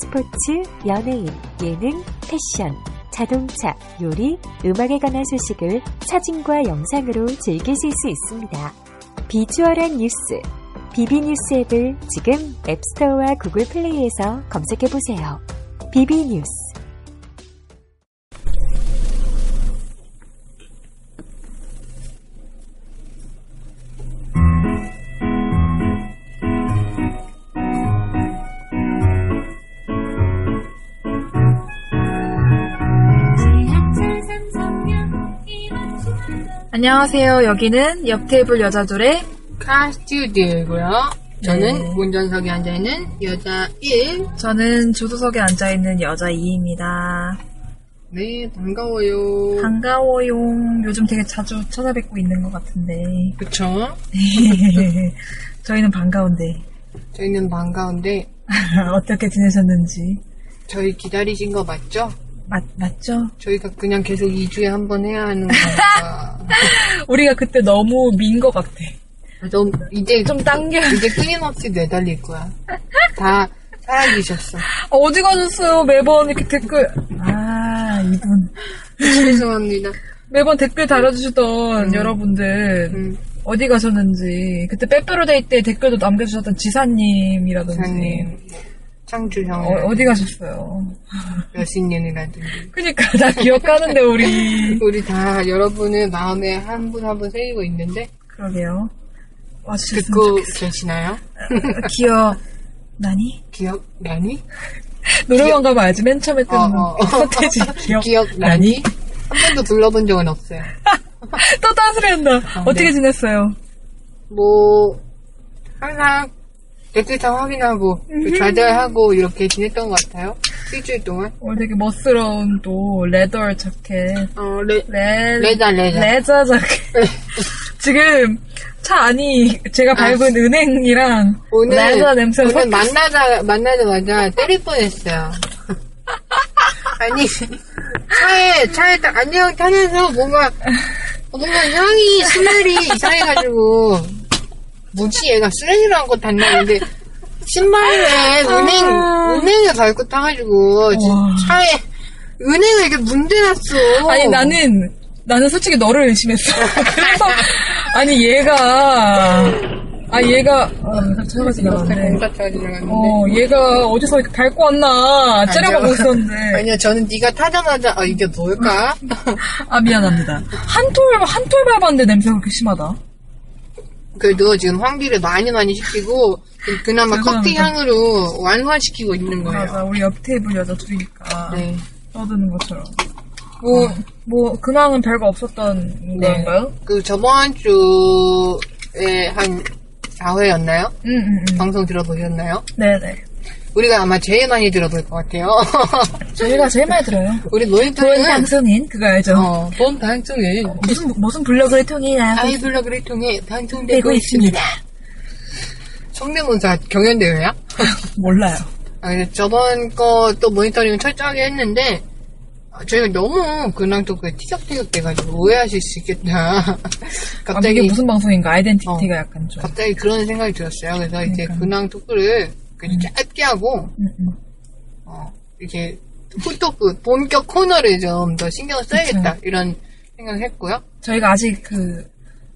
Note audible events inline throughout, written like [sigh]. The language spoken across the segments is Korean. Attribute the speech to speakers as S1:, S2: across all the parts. S1: 스포츠, 연예인, 예능, 패션, 자동차, 요리, 음악에 관한 소식을 사진과 영상으로 즐기실 수 있습니다. 비주얼한 뉴스, 비비뉴스 앱을 지금 앱스토어와 구글 플레이에서 검색해보세요. 비비뉴스
S2: 안녕하세요. 여기는 옆 테이블 여자들의
S3: 카 스튜디오이고요. 아, 저는 운전석에 앉아있는 여자 1.
S2: 네. 저는 조수석에 앉아 있는 여자 이입니다.
S3: 네, 반가워요.
S2: 반가워요. 요즘 되게 자주 찾아뵙고 있는 것 같은데 [laughs]
S3: 그쵸?
S2: 저희는 반가운데 [laughs]
S3: 저희는 반가운데,
S2: 어떻게 지내셨는지
S3: 저희 기다리신 거 맞죠?
S2: 맞 맞죠?
S3: 저희가 그냥 계속 2주에 한 번 해야 하는 거니까.
S2: [laughs] 우리가 그때 너무 민 것 같아.
S3: 좀, 이제,
S2: 좀 당겨.
S3: 이제 끊임없이 매달릴 거야. 다 살아계셨어.
S2: 어디 가셨어요? 매번 이렇게 댓글 아 이분
S3: 죄송합니다.
S2: 매번 댓글 달아주시던 여러분들
S3: 음,
S2: 어디 가셨는지 그때 빼빼로데이 때 댓글도 남겨주셨던 지사님이라든지
S3: 부사님, 창주형,
S2: 어, 어디 가셨어요?
S3: 여신년이라든지.
S2: 그니까 나 [laughs] 기억하는데 우리
S3: 우리 다 여러분의 마음에 한 분 한 분 새기고 있는데,
S2: 그러게요 와주셨으면
S3: 듣고 계시나요?
S2: 좋겠어 기억 나니?
S3: 기억 나니?
S2: 노래방 가면 알지 맨 처음에
S3: 어,
S2: 뜨는 [laughs]
S3: 어.
S2: 컨텐츠 기억,
S3: [laughs] 기억 나니? 한 번도 둘러본 적은 없어요.
S2: [laughs] 또 따스레한다 어떻게
S3: 네.
S2: 지냈어요?
S3: 뭐 항상 댓글창 확인하고 또 좌절하고 이렇게 지냈던 것 같아요. 일주일 동안.
S2: 오늘 어, 되게 멋스러운 또 레더 자켓
S3: 어, 레,
S2: 레...
S3: 레자 레자.
S2: 레저
S3: 네.
S2: 자켓 지금 차 안이 제가 밟은 은행이랑
S3: 오늘
S2: 레저 냄새가
S3: 오늘
S2: 섞여
S3: 만나자 만나자마자 때릴 뻔했어요. [laughs] 아니 차에 차에 딱 안녕 타면서 뭔가 뭔가 향이 스멜이 이상해가지고 뭐지 얘가 쓰레기로 한거 탔나는데 신발에 은행 은행에 밟고 타가지고 지-
S2: 아. 와.
S3: 차에 은행을 이렇게 문대놨어.
S2: 아니 나는 나는 솔직히 너를 의심했어. [laughs] 그래서 아니 얘가 아 얘가 아, 차가 지나갔네.
S3: 공사 차가 지나갔는데.
S2: 어 얘가 어디서 이렇게 밟고 왔나 째려보고 있었는데
S3: 아니요, 저는 네가 타자마자 아 이게
S2: [laughs]
S3: 뭘까?
S2: 아 미안합니다. 한톨 한톨 밟았는데 냄새가 그렇게 심하다.
S3: 그래도 지금 환기를 많이 많이 시키고 그나마
S2: 죄송합니다.
S3: 커피 향으로 완화시키고 있는 거예요.
S2: 맞아 우리 옆 테이블 여자 둘이니까
S3: 네.
S2: 떠드는 것처럼. 뭐 뭐 근황은 별거 없었던
S3: 네.
S2: 건가요?
S3: 그 저번 주에 한 4회였나요?
S2: 응응응.
S3: 방송 들어보셨나요?
S2: 네네.
S3: 우리가 아마 제일 많이 들어볼 것 같아요.
S2: [laughs] 저희가 제일 많이 들어요.
S3: [laughs] 우리
S2: 본
S3: 모니터는
S2: 방송인 그거 알죠?
S3: 아, 네. 어, 본 방송에
S2: 무슨 무슨 블로그를 통해 나가고
S3: 아이블로그를 네, 그렇죠. 통해 방송되고
S2: 되고
S3: 있습니다.
S2: 있습니다.
S3: 성대모사 경연대회야?
S2: 몰라요.
S3: 아, 근데 저번 거 또 모니터링을 철저하게 했는데 아, 저희가 너무 근황 토크에 티격태격 돼가지고 오해하실 수 있겠다. [laughs]
S2: 아, 이게
S3: 갑자기 어.
S2: 무슨 방송인가 아이덴티티가 약간 좀.
S3: 갑자기 그런 생각이 들었어요. 그래서 이제 근황 토크를 그냥 짧게 하고
S2: 음, 음.
S3: 어, 이제 풀토크 본격 코너를 좀 더 신경을 써야겠다 이런 생각을 했고요.
S2: 저희가 아직 그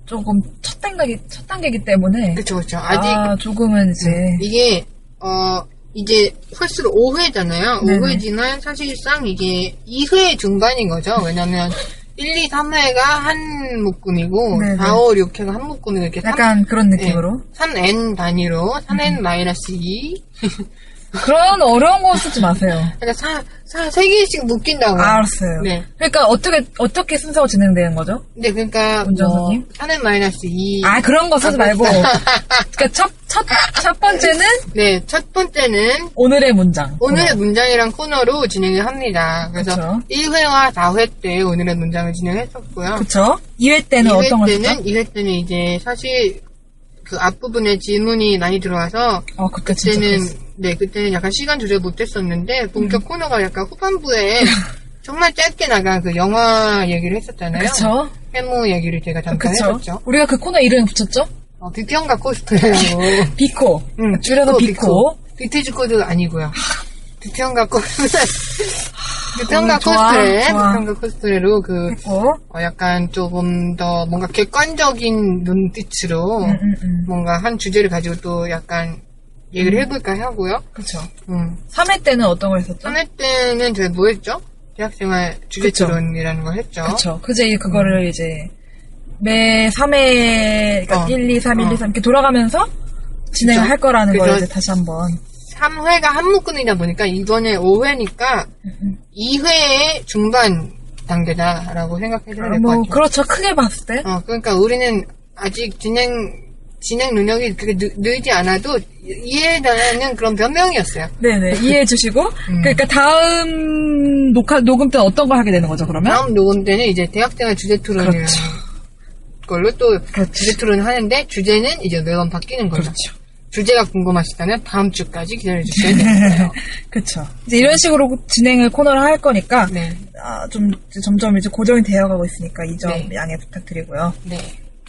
S2: 조금 첫 단계기 첫 단계기 때문에
S3: 그렇죠, 그렇죠. 아직 음.
S2: 아, 조금은 이제
S3: 이게 어 이제 횟수로 5회잖아요.
S2: 네네.
S3: 5회지만 사실상 이게 2회 중반인 거죠. 왜냐면 1, 2, 3회가 한 묶음이고
S2: 네네.
S3: 4, 5, 6회가 한 묶음이 이렇게
S2: 약간 그런 느낌으로 음.
S3: 3, n 단위로 3n 마이너스 2
S2: 그런 어려운 거 쓰지 마세요.
S3: 그러니까 사, 사, 세 개씩 묶인다고.
S2: 알았어요.
S3: 네.
S2: 그러니까 어떻게 어떻게 순서가 진행되는 거죠?
S3: 근데 그러니까 뭐,
S2: 운전사님?
S3: 3은 마이너스 2.
S2: 아 그런 거 쓰지 말고. 그러니까 첫첫첫 번째는
S3: 네, 첫 번째는
S2: 오늘의 문장.
S3: 오늘의 문장이랑 코너로 진행을 합니다. 그래서
S2: 네. 그쵸.
S3: 1회와 4회 때 오늘의 문장을 진행했었고요.
S2: 그렇죠. 그쵸? 2회 때는 어떤 걸 쓰죠?
S3: 2회 때는 이제 사실 그 앞부분에 질문이 많이 들어와서
S2: 어 그때 진짜
S3: 그때는
S2: 그랬어. 음.
S3: 네 그때는 약간 시간 조절 못했었는데 본격 코너가 약간
S2: [laughs]
S3: 후반부에 정말 짧게 나간 그 영화 얘기를 했었잖아요. 네, 그렇죠.
S2: 그쵸?
S3: 해무 얘기를 제가 잠깐
S2: 그쵸?
S3: 했었죠.
S2: 우리가 그 코너 이름 붙였죠?
S3: 어, 비평가 코스프레라고.
S2: [laughs] 비코.
S3: 응,
S2: 음, 줄여서 비코.
S3: 음, 비티지 코드 아니고요. 비평가 코스프레. 비평가
S2: 음, 좋아,
S3: 코스프레.
S2: 좋아.
S3: 비평가 코스프레로 그
S2: 비코.
S3: 어, 약간 조금 더 뭔가 객관적인 눈빛으로
S2: 음, 음.
S3: 뭔가 한 주제를 가지고 또 약간 얘기를 해볼까 하고요.
S2: 그쵸.
S3: 음.
S2: 3회 때는 어떤 걸 했었죠?
S3: 3회 때는 저희 뭐 했죠? 대학생활 주제
S2: 그쵸.
S3: 토론이라는 걸 했죠.
S2: 그쵸. 그제 그거를 이제 매 3회, 그러니까
S3: 음. 어.
S2: 1, 2, 3, 1,
S3: 어.
S2: 2, 3 이렇게 돌아가면서 진행을
S3: 그쵸.
S2: 할 거라는 걸
S3: 그래서-
S2: 이제 다시 한번.
S3: 3회가 한 묶음이다 보니까 이번에 5회니까
S2: 음,
S3: 2회의 중반 단계다라고 생각해줘야 될 것
S2: 뭐
S3: 같아요.
S2: 그렇죠. 크게 봤을 때.
S3: 어, 그러니까 우리는 아직 진행, 진행 능력이 그렇게 늘, 늘지 않아도 이해에 달하는 그런 변명이었어요.
S2: 네네 이해해
S3: [laughs]
S2: 주시고
S3: 음.
S2: 그러니까 다음 녹화 녹음 때 어떤 걸 하게 되는 거죠 그러면?
S3: 다음 녹음 때는 이제 대학생활 주제 토론을
S2: 네? 그렇죠.
S3: 걸로 또
S2: 그렇죠.
S3: 주제 토론을 하는데 주제는 이제 매번 바뀌는 거죠.
S2: 그렇죠.
S3: 주제가 궁금하시다면 다음 주까지
S2: [laughs]
S3: 기다려주셔야 되겠어요.
S2: 그렇죠. 이제 이런 식으로 진행을 코너를 할 거니까
S3: 네.
S2: 아, 좀 이제 점점 이제 고정이 되어가고 있으니까 이 점
S3: 네.
S2: 양해 부탁드리고요.
S3: 네.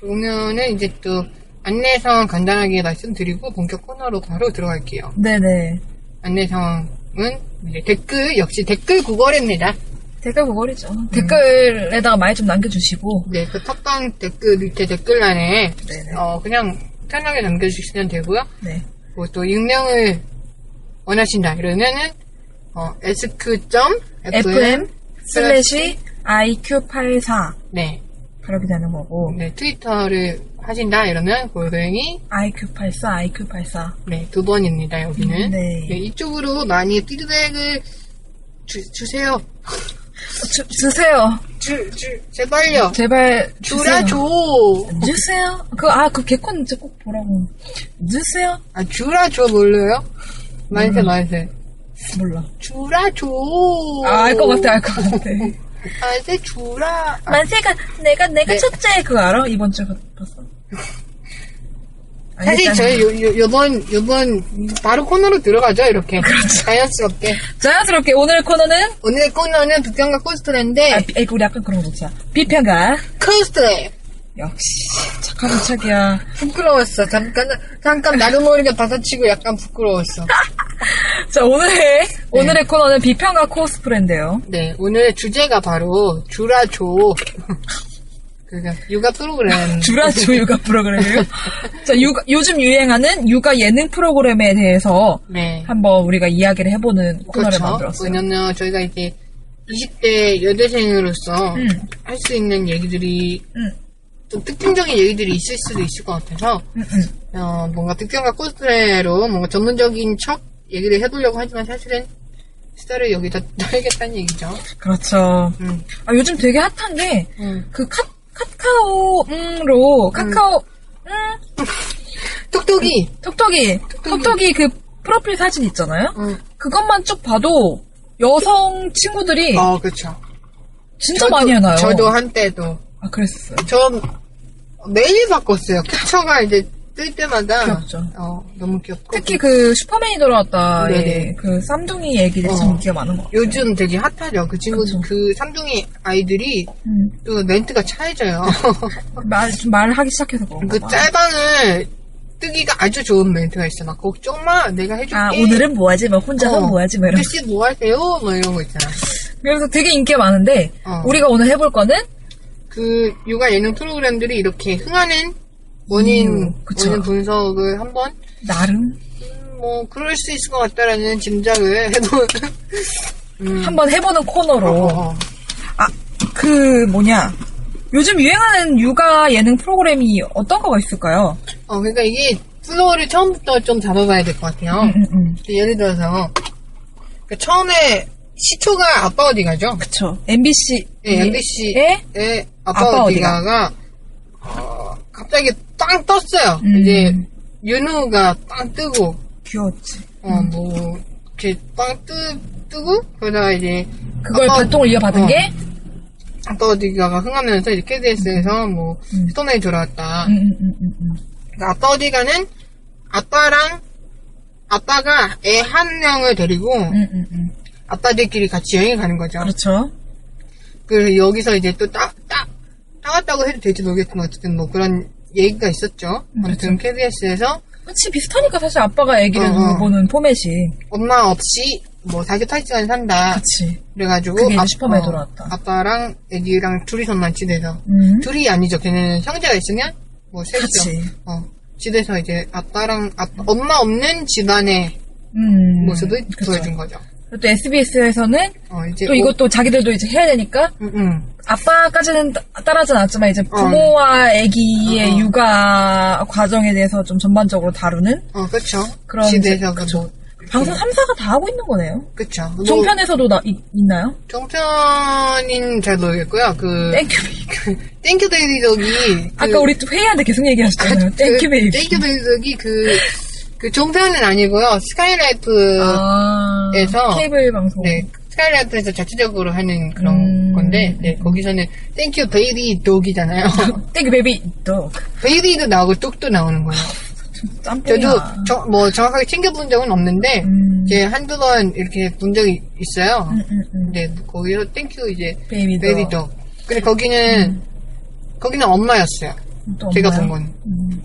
S3: 그러면은 이제 또 안내 상황 간단하게 말씀드리고 본격 코너로 바로 들어갈게요.
S2: 네네
S3: 안내 상황은 이제 댓글, 역시 댓글 구걸입니다.
S2: 댓글 구걸이죠.
S3: 음.
S2: 댓글에다가 많이 좀 남겨주시고
S3: 네, 그 팟빵 댓글 밑에 댓글란에
S2: 네네.
S3: 어, 그냥 편하게 남겨주시면 되고요.
S2: 네
S3: 그리고 뭐 또 익명을 원하신다 이러면은 어,
S2: fm
S3: sq.fm
S2: 슬래시 iq84
S3: 네,
S2: 그렇게 되는 거고
S3: 네 트위터를 하신다 이러면 골뱅이
S2: iq84 iq84
S3: 네, 두 번입니다, 여기는.
S2: 음, 네.
S3: 이쪽으로 많이 피드백을 주, 주세요.
S2: 주, 주세요.
S3: 주, 주, 제발요.
S2: 제발 주세요.
S3: 주라, 줘.
S2: 주세요. 그, 아, 그 개콘 이제 꼭 보라고. 주세요?
S3: 아, 주라, 줘, 몰라요? 만세,
S2: 음.
S3: 만세.
S2: 몰라.
S3: 주라, 줘.
S2: 아, 알 것 같아, 알 것
S3: [laughs]
S2: 같아.
S3: 만세, 주라. 아,
S2: 만세가, 내가, 내가
S3: 네.
S2: 첫째, 그거 알아? 이번 주에 봤어?
S3: 사실
S2: 알겠다.
S3: 저희 요, 요, 요번, 요번, 바로 코너로 들어가죠, [laughs] 이렇게. 자연스럽게.
S2: 자연스럽게 오늘 코너는,
S3: 오늘 코너는 북경과 코스트레인데,
S2: 아, 비- 에이, 우리 약간 그런 거 먹자. 비평가.
S3: 코스트레!
S2: 역시, 착한 착이야.
S3: 부끄러웠어. 잠깐, 잠깐 나도 모르게 받아치고 약간 부끄러웠어.
S2: 자, 오늘의, 오늘의 코너는 비평가 코스프레인데요.
S3: 네, 오늘 주제가 바로 주라조. [laughs] 그러니까 육아 [laughs] 프로그램.
S2: 주라조
S3: 네.
S2: 육아
S3: [laughs]
S2: 프로그램이에요. 자, 육아- 요즘 유행하는 육아 예능 프로그램에 대해서
S3: 네.
S2: 한번 우리가 이야기를 해보는 코너를 만들었어요.
S3: 그렇죠. 왜냐면 저희가 이제 20대 여대생으로서
S2: 음.
S3: 할 수 있는 얘기들이
S2: 음.
S3: 좀 특징적인 얘기들이 있을 수도 있을 것 같아서
S2: 음, 음.
S3: 어, 뭔가 특정과 코스프레로 뭔가 전문적인 척 얘기를 해보려고 하지만 사실은 스타를 여기다 [laughs] 떨겠다는 얘기죠.
S2: 그렇죠.
S3: 음.
S2: 아, 요즘 되게 핫한 게,
S3: 음.
S2: 그 카, 카카오, 음로, 카카오, 음,
S3: 톡톡이.
S2: 톡톡이, 톡톡이 그 프로필 사진 있잖아요?
S3: 음.
S2: 그것만 쭉 봐도 여성 친구들이
S3: 어, 그렇죠.
S2: 진짜 음. 많이 해놔요.
S3: 저도 한때도
S2: 아, 그랬었어요.
S3: 저 매일 바꿨어요. [laughs] 캡처가 이제 뜰 때마다
S2: 귀엽죠.
S3: 어, 너무 귀엽고
S2: 특히 그 슈퍼맨이 돌아왔다의
S3: 네네.
S2: 그 쌈둥이 얘기를
S3: 어.
S2: 참 인기가 많은 것 같아요.
S3: 요즘 되게 핫하죠. 그 친구
S2: 그쵸.
S3: 그 삼둥이 아이들이
S2: 음,
S3: 또 멘트가 차해져요. [laughs]
S2: 말, 좀 말하기 시작해서 그런가
S3: 그
S2: 봐.
S3: 짤방을 뜨기가 아주 좋은 멘트가 있어. 막 걱정 마, 내가 해줄게.
S2: 아, 오늘은 뭐하지? 막 혼자서
S3: 어,
S2: 뭐하지?
S3: [laughs]
S2: 막 이런.
S3: 아저씨 뭐 하세요? 뭐 이런 거 있잖아.
S2: 그래서 되게 인기가 많은데,
S3: 어.
S2: 우리가 오늘 해볼 거는
S3: 그 육아 예능 프로그램들이 이렇게 흥하는 원인
S2: 음, 그쵸.
S3: 원인 분석을 한번
S2: 나름
S3: 음, 뭐 그럴 수 있을 것 같다라는 짐작을 해본. [laughs] 음.
S2: 한번 해보는 코너로
S3: 어, 어.
S2: 그 뭐냐 요즘 유행하는 육아 예능 프로그램이 어떤 거가 있을까요?
S3: 어, 그러니까 이게 플로우를 처음부터 좀 잡아봐야 될 것 같아요.
S2: 음, 음.
S3: 근데 예를 들어서 그 처음에 시초가 아빠 어디 가죠?
S2: 그쵸. MBC.
S3: 예, MBC의
S2: 예?
S3: 아빠,
S2: 아빠
S3: 어디
S2: 어디가?
S3: 가가 어, 갑자기 땅 떴어요.
S2: 음.
S3: 이제 윤우가 땅 뜨고
S2: 귀여웠지.
S3: 어 뭐 이렇게 땅 뜨, 뜨고 그러다가 이제
S2: 그걸
S3: 아빠-
S2: 발동을 이어받은
S3: 어.
S2: 게?
S3: 아빠 어디가가 흥하면서 이제 KBS에서 뭐
S2: 음.
S3: 스톤에 돌아왔다.
S2: 음, 음, 음, 음, 음.
S3: 그러니까 아빠 어디가는 아빠랑 아빠가 애 한 명을 데리고
S2: 음, 음, 음.
S3: 아빠들끼리 같이 여행을 가는 거죠.
S2: 그렇죠.
S3: 그 여기서 이제 또 따, 따, 따왔다고 해도 될지 모르겠지만 어쨌든 뭐 그런 얘기가 있었죠.
S2: 음, 그렇죠.
S3: 아무튼 KBS에서
S2: 그치, 비슷하니까 사실 아빠가 애기를
S3: 어, 어.
S2: 어, 보는 포맷이.
S3: 엄마 없이 뭐 48시간 산다.
S2: 그치.
S3: 그래가지고
S2: 그게 이제
S3: 아-
S2: 슈퍼맨에
S3: 어,
S2: 돌아왔다.
S3: 아빠랑 애기랑 둘이서만 집에서
S2: 음.
S3: 둘이 아니죠. 걔네는 형제가 있으면 뭐 셋이죠.
S2: 같이.
S3: 어, 집에서 이제 아빠랑 아빠, 엄마 없는 집안의
S2: 음.
S3: 모습을
S2: 그쵸.
S3: 뭐 보여준 거죠.
S2: 그리고 또 SBS에서는
S3: 어, 이제
S2: 또
S3: 오- 음,
S2: 이것도 자기들도 이제 해야 되니까
S3: 응, 응.
S2: 아빠까지는 따- 따라하진 않았지만 이제 부모와 아기의
S3: 어.
S2: 육아 과정에 대해서 좀 전반적으로 다루는
S3: 어, 그쵸.
S2: 그런
S3: 집에서
S2: 이제-
S3: 그
S2: 그쵸.
S3: 뭐,
S2: 방송 3사가 다 하고 있는 거네요.
S3: 그쵸. 뭐,
S2: 종편에서도 나, 이- 있나요?
S3: 종편인 잘 모르겠고요. 그,
S2: 땡큐베이비.
S3: 땡큐 데이덕이 그
S2: 아까 우리 또 회의하는데 계속 얘기하셨잖아요. 땡큐베이비.
S3: 땡큐 데이덕이 그, 그 종편은 아니고요. 스카이라이프에서
S2: 아,
S3: 에서-
S2: 케이블 방송.
S3: 네, 스카이라이프에서 자체적으로 하는 그런
S2: 음.
S3: 건데 네, 거기서는 땡큐 베이비
S2: [laughs]
S3: 독이잖아요.
S2: 땡큐베이비 또
S3: 베이비도 나오고 뚝도 나오는 거예요.
S2: 아. 짬뽕이야.
S3: 저도 저, 뭐 정확하게 챙겨본 적은 없는데
S2: 음.
S3: 이제 한두 번 이렇게 본 적이 있어요.
S2: 음, 음, 음.
S3: 근데 거기서 땡큐 이제
S2: 베이비 도.
S3: 베이비 독. 근데 거기는
S2: 음.
S3: 거기는 엄마였어요.
S2: 또
S3: 제가
S2: 없나요? 어.
S3: 본 건.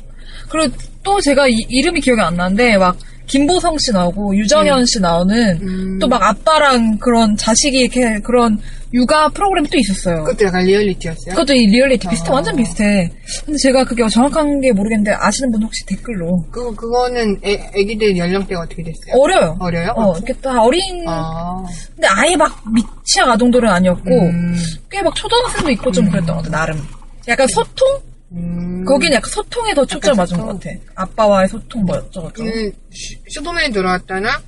S2: 그리고 또 제가 이, 름이 기억이 안 나는데 막 김보성 씨 나오고 유정현 씨 나오는
S3: 음.
S2: 또 막 아빠랑 그런 자식이 이렇게 그런 육아 프로그램이 또 있었어요. 그,
S3: 그것도 약간 리얼리티였어요.
S2: 것도이 리얼리티 비슷해
S3: 아.
S2: 완전 비슷해. 근데 제가 그게 정확한 게 모르겠는데 아시는 분 혹시 댓글로
S3: 그, 그거는 애, 애기들 연령대가 어떻게 됐어요?
S2: 어려요.
S3: 어려요?
S2: 어, 이렇게 다 어린
S3: 아.
S2: 근데 아예 막 미취학 아동들은 아니었고
S3: 음.
S2: 꽤 막 초등학생도 있고 좀 그랬던 것 같아 나름. 약간 소통?
S3: 음.
S2: 거기는 약간 소통에 더 초점 맞은 것 같아. 아빠와의 소통 뭐 어쩌고저쩌고.
S3: 는그 슈퍼맨이 돌아왔다나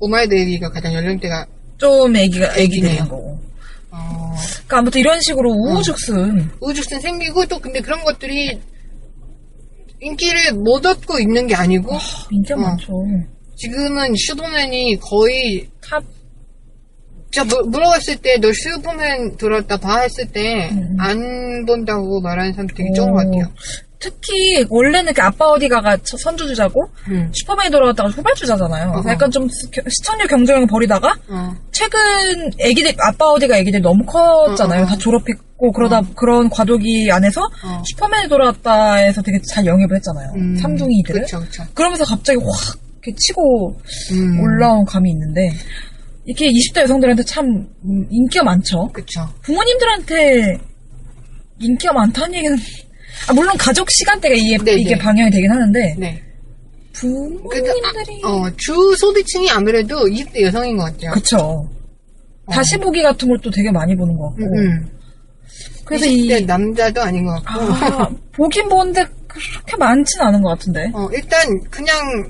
S3: 오마이데이가 가장 연령대가
S2: 좀 애기가
S3: 애기네요.
S2: 애기들인 거고.
S3: 어,
S2: 그러니까 아무튼 이런 식으로 우후죽순.
S3: 우주선 생기고 또 근데 그런 것들이 인기를 못 얻고 있는 게 아니고
S2: 인기가
S3: 어.
S2: 많죠.
S3: 지금은 슈퍼맨이 거의
S2: 탑.
S3: 진짜 물- 물어봤을 때 너 슈퍼맨 돌아왔다 봐 했을 때
S2: 음.
S3: 안 본다고 말하는 사람 되게 적은 것 같아요.
S2: 특히 원래는 그 아빠 어디가가 처- 선두주자고
S3: 음.
S2: 슈퍼맨이 돌아왔다가 후발주자잖아요. 그래서
S3: 어허.
S2: 약간 좀 스- 겨- 시청률 경쟁을 벌이다가
S3: 어.
S2: 최근 애기들 아빠 어디가 애기들 너무 컸잖아요.
S3: 어허.
S2: 다 졸업했고 그러다 그런 과도기 안에서
S3: 어.
S2: 슈퍼맨이 돌아왔다에서 되게 잘 영입을 했잖아요.
S3: 음.
S2: 삼둥이들을.
S3: 그쵸, 그쵸.
S2: 그러면서 갑자기 확 이렇게 치고
S3: 음.
S2: 올라온 감이 있는데 이렇게 20대 여성들한테 참 음, 인기가 많죠.
S3: 그쵸.
S2: 부모님들한테 인기가 많다는 얘기는 아, 물론 가족 시간대가 이게,
S3: 네네.
S2: 이게 방향이 되긴 하는데
S3: 네. 근데
S2: 부모님들이
S3: 아, 어, 주 소비층이 아무래도 20대 여성인 것 같아요.
S2: 그쵸 다시 보기 같은 걸 또 되게 많이 보는 것 같고
S3: 어. 음, 네. 음.
S2: 그래서
S3: 20대
S2: 이
S3: 남자도 아닌 것 같고. [laughs]
S2: 아, 보긴 보는데 그렇게 많진 않은 것 같은데
S3: 어, 일단 그냥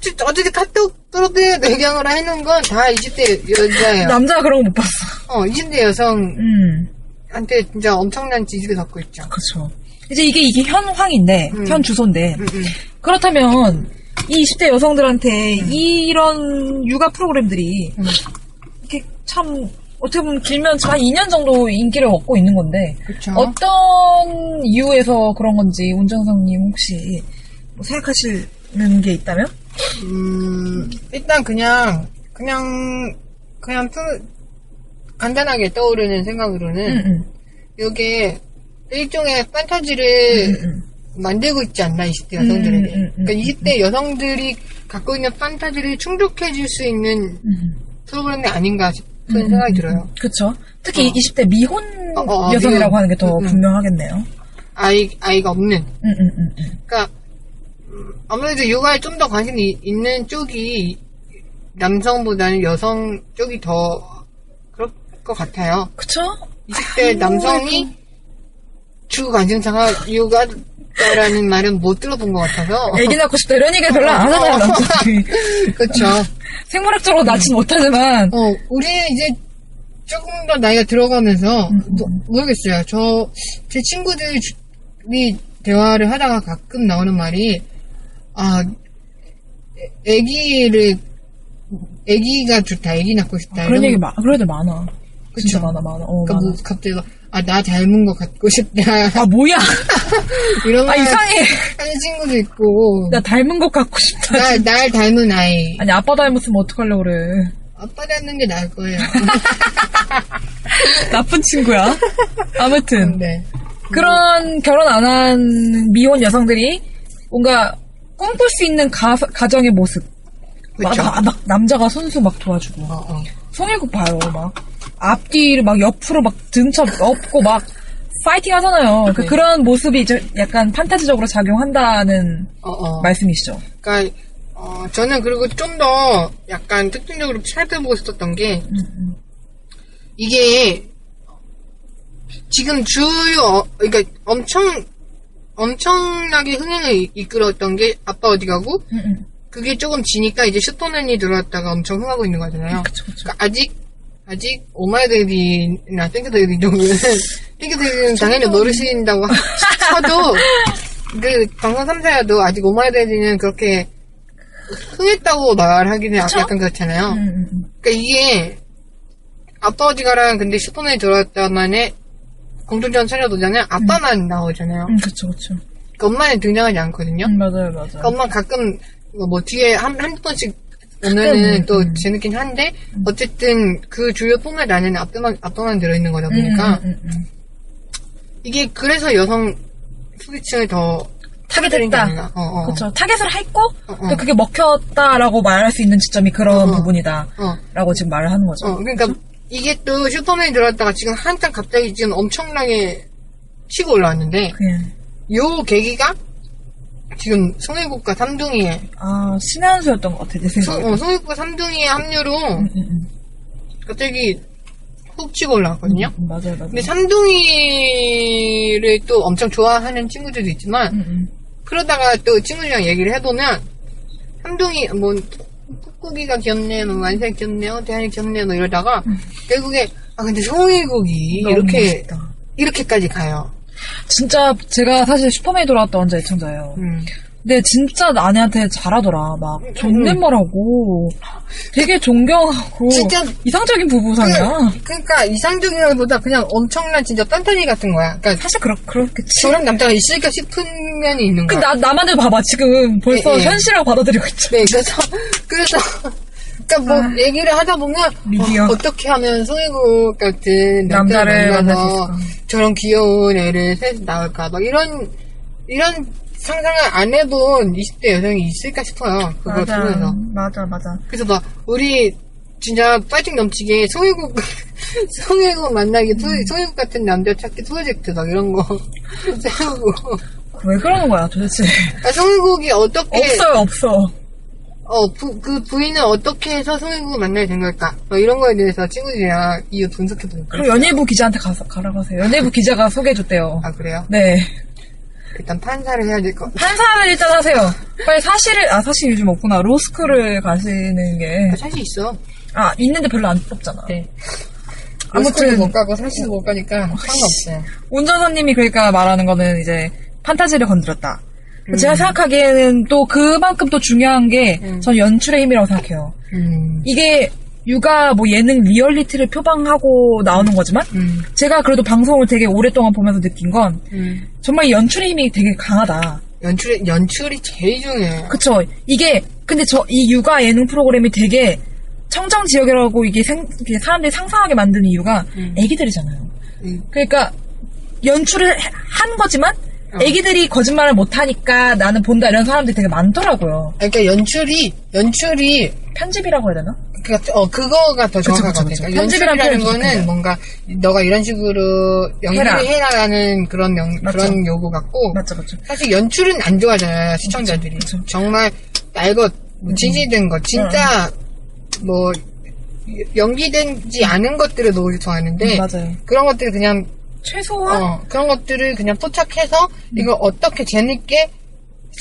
S3: 지- 어쨌든 카톡으로도 배경으로 해놓은 건 다 20대 여자예요.
S2: 남자가 그런 거 못 봤어
S3: 어, 20대 여성한테
S2: 음
S3: 진짜 엄청난 지지를 받고 있죠.
S2: 그쵸 이제 이게 이게 현황인데
S3: 음.
S2: 현 주소인데
S3: 음, 음.
S2: 그렇다면 이 20대 여성들한테 이런 육아 프로그램들이
S3: 음.
S2: 이렇게 참 어떻게 보면 길면 지금 한 2년 정도 인기를 얻고 있는 건데
S3: 그쵸.
S2: 어떤 이유에서 그런 건지 운전성님 혹시 뭐 생각하시는 게 있다면?
S3: 음, 일단 그냥, 그냥, 그냥 또 간단하게 떠오르는 생각으로는
S2: 응.
S3: 이게 일종의 판타지를 만들고 있지 않나 20대 여성들에게
S2: 음, 음, 음,
S3: 그러니까 20대 여성들이 갖고 있는 판타지를 충족해 줄 수 있는 프로그램이 아닌가
S2: 음,
S3: 싶은 생각이 들어요
S2: 그쵸. 특히 20대 미혼
S3: 어, 어, 어,
S2: 여성이라고
S3: 미혼.
S2: 하는 게 더
S3: 음, 음.
S2: 분명하겠네요. 음,
S3: 아이, 아이가 없는
S2: 응, 응, 응, 응.
S3: 그러니까 음, 아무래도 육아에 좀 더 관심이 이- 있는 쪽이 남성보다는 여성 쪽이 더 그럴 것 같아요
S2: 그쵸?
S3: 20대 남성이 주 관심사가 육아다라는 말은 못 들어본 것 같아서.
S2: 애기 낳고 싶다 이런 얘기를 별로 안
S3: [laughs] 어.
S2: 하잖아요 남자들이
S3: 그쵸.
S2: 생물학적으로 낳진 못하지만
S3: 어, 우리는 이제 조금 더 나이가 들어가면서,
S2: 음,
S3: 뭐- 모르겠어요. 저, 제 친구들이 대화를 하다가 가끔 나오는 말이, 아, 애- 애기를, 애기가 좋다, 애기 낳고 싶다.
S2: 그런
S3: 이런
S2: 얘기 많 그런 애들 많아 진짜 많아 많아 어
S3: 아, 그러니까 뭐
S2: 많아
S3: 갑자기 막, 아, 나 닮은 거 갖고 싶다. [laughs]
S2: 아 뭐야
S3: 이런 음.
S2: 아
S3: 말
S2: 이상해
S3: 하는 친구도 있고.
S2: 나 닮은 것 같고 싶다
S3: 나, 날 닮은 아이.
S2: 아니 아빠 닮았으면 어떡하려고 그래
S3: 아빠 닮는 게 나을 거예요.
S2: 나쁜 친구야 아무튼
S3: 네.
S2: 그런 결혼 안 한 미혼 여성들이 뭔가 꿈꿀 수 있는 가, 가정의 모습 막,
S3: 그쵸.
S2: 막, 막 남자가 손수 막 도와주고
S3: [laughs] 어, 어.
S2: 송일국 봐요. 막 앞뒤를 막 옆으로 막 등쳐 업고 막 파이팅 하잖아요. 그,
S3: 네.
S2: 런 모습이 이제 약간 판타지적으로 작용한다는
S3: 어, 어.
S2: 말씀이시죠.
S3: 그러니까 어, 저는 그리고 좀 더 약간 특징적으로 살펴보고 있었던 게 이게 지금 주요 어, 그러니까 엄청 엄청나게 흥행을 이- 이끌었던 게 아빠 어디 가고 그게 조금 지니까 이제 슈퍼맨이 들어왔다가 엄청 흥하고 있는 거잖아요. 그러니까 아직 아직 오마이데이나 땡큐데이
S2: [laughs]
S3: 정도는 땡큐데이는 당연히 모르신다고
S2: [laughs]
S3: 쳐도 그 방송 3사여도 아직 오마이데이는 그렇게 흥했다고 말하기는 약- 약간 그렇잖아요.
S2: 음, 음, 음.
S3: 그러니까 이게 아빠 어디 가랑 근데 슈퍼맨이 들어왔다만에 공통점 차려놓잖아요. 아빠만 나오잖아요.
S2: 음, 그쵸, 그쵸.
S3: 그러니까 엄마는 등장하지 않거든요.
S2: 음, 맞아요, 맞아요.
S3: 엄마 가끔 뭐 뒤에 한, 한두 번씩 오면은
S2: 음.
S3: 또 재밌긴 한데 어쨌든 그 주요 뽕에 나는 앞에만 앞에만 들어있는 거다 보니까
S2: 음, 음, 음.
S3: 이게 그래서 여성 소비층을 더
S2: 타겟했다.
S3: 게 아닌가. 어, 어.
S2: 그쵸. 타겟을 했고,
S3: 어, 어.
S2: 또 그게 먹혔다라고 말할 수 있는 지점이 그런 부분이다.
S3: 어,
S2: 라고 지금 말을 하는 거죠.
S3: 어, 그러니까 이게 또 슈퍼맨이 들어왔다가 지금 한참 갑자기 지금 엄청나게 치고 올라왔는데
S2: 그냥,
S3: 요 계기가 지금 송혜국과 삼둥이의
S2: 아, 신한수였던 것 같아, 내
S3: 송,
S2: 생각에.
S3: 어, 송혜국과 삼둥이의 합류로
S2: 음, 음,
S3: 갑자기 훅 치고 올라왔거든요.
S2: 음. 맞아요, 맞아요.
S3: 근데 삼둥이를 또 엄청 좋아하는 친구들도 있지만
S2: 음, 음.
S3: 그러다가 또 친구들이랑 얘기를 해보면 삼둥이 뭐 꾹꾹이가 귀엽네, 뭐 완색 귀엽네, 어, 대한이 귀엽네 뭐 이러다가 결국에 아 근데 송이국이
S2: 음. 너무
S3: 이렇게
S2: 멋있다.
S3: 이렇게까지 가요.
S2: 진짜 제가 사실 슈퍼맨이 돌아왔던 원자 애청자예요.
S3: 음.
S2: 근데 진짜 아내한테 잘하더라. 막 존댓말하고 되게 존경하고
S3: 진짜
S2: 이상적인 부부상이야.
S3: 그, 그러니까 이상적이라기보다 그냥 엄청난 진짜 판타지 같은 거야. 그러니까
S2: 사실 그렇 그렇겠지.
S3: 저런 남자가 있을까 싶은 면이 있는 거야.
S2: 근데 그 나 나만을 봐봐 지금 벌써
S3: 예, 예.
S2: 현실을 받아들이고 있지.
S3: 네, 그래서, 그래서, 그러니까 뭐, 얘기를 하다 보면,
S2: 아. 미디어.
S3: 어, 떻게 하면 송혜국 같은 남자를
S2: 남자를
S3: 만나서
S2: 만날 수
S3: 저런 귀여운 애를 셋 낳을까, 막 이런, 이런 상상을 안 해본 20대 여성이 있을까 싶어요. 그거 보면서.
S2: 맞아 맞아.
S3: 그래서 막, 우리, 진짜 빠직 넘치게 송혜국, [laughs] 송혜국 만나기, 소-
S2: 음.
S3: 송혜국 같은 남자 찾기 프로젝트 막 이런 거 [laughs] 세우고.
S2: 왜 그러는
S3: [laughs]
S2: 거야 도대체?
S3: 아, 송혜국이 어떻게.
S2: 없어요 없어.
S3: 어, 부, 그 부인을 어떻게 해서 송혜국을 만나게 된 걸까? 뭐 이런 거에 대해서 친구들이랑 이유 분석해보니까.
S2: 그럼 연예부 기자한테 가서 가라고 하세요. 연예부 기자가 소개해줬대요.
S3: 아, 그래요?
S2: 네.
S3: 일단 판사를 해야 될 것 같아요.
S2: 판사를 일단 하세요. 빨리 사실을 아 사실 요즘 없구나. 로스쿨을 가시는 게
S3: 사실 있어.
S2: 아, 있는데 별로 안 뽑잖아.
S3: 네. 아무튼.
S2: 아무튼,
S3: 못 가고 사실도 못 가니까 상관없어요.
S2: 운전사님이 그러니까 말하는 거는 이제 판타지를 건드렸다. 제가 생각하기에는 또 그만큼 또 중요한 게,
S3: 음.
S2: 전 연출의 힘이라고 생각해요.
S3: 음.
S2: 이게 육아 뭐 예능 리얼리티를 표방하고 나오는 거지만,
S3: 음.
S2: 제가 그래도 방송을 되게 오랫동안 보면서 느낀 건,
S3: 음.
S2: 정말 이 연출의 힘이 되게 강하다.
S3: 연출이, 연출이 제일 중요해요.
S2: 그쵸. 이게, 근데 저, 이 육아 예능 프로그램이 되게 청정 지역이라고 이게 생- 이게 사람들이 상상하게 만드는 이유가
S3: 음.
S2: 애기들이잖아요.
S3: 음.
S2: 그러니까 연출을 해- 한 거지만
S3: 어.
S2: 애기들이 거짓말을 못하니까 나는 본다 이런 사람들이 되게 많더라고요.
S3: 그러니까 연출이, 연출이,
S2: 편집이라고 해야 되나?
S3: 그니까, 어, 그거가 더 정확할 것
S2: 그쵸,
S3: 같아요.
S2: 그쵸.
S3: 그러니까 연출이라는
S2: 편집이라는 표현이
S3: 거는
S2: 좋겠네요.
S3: 뭔가, 너가 이런 식으로
S2: 해라.
S3: 연기를 해라라는 그런 명,
S2: 맞죠.
S3: 그런 요구 같고,
S2: 맞죠, 맞죠.
S3: 사실 연출은 안 좋아하잖아요 시청자들이
S2: 그쵸. 음.
S3: 정말 날것 진실된 것 진짜 뭐 연기된지 않은 것들을 너무 좋아하는데
S2: 음, 맞아요.
S3: 그런 것들이 그냥
S2: 최소한
S3: 어, 그런 것들을 그냥 포착해서 이걸 어떻게 재밌게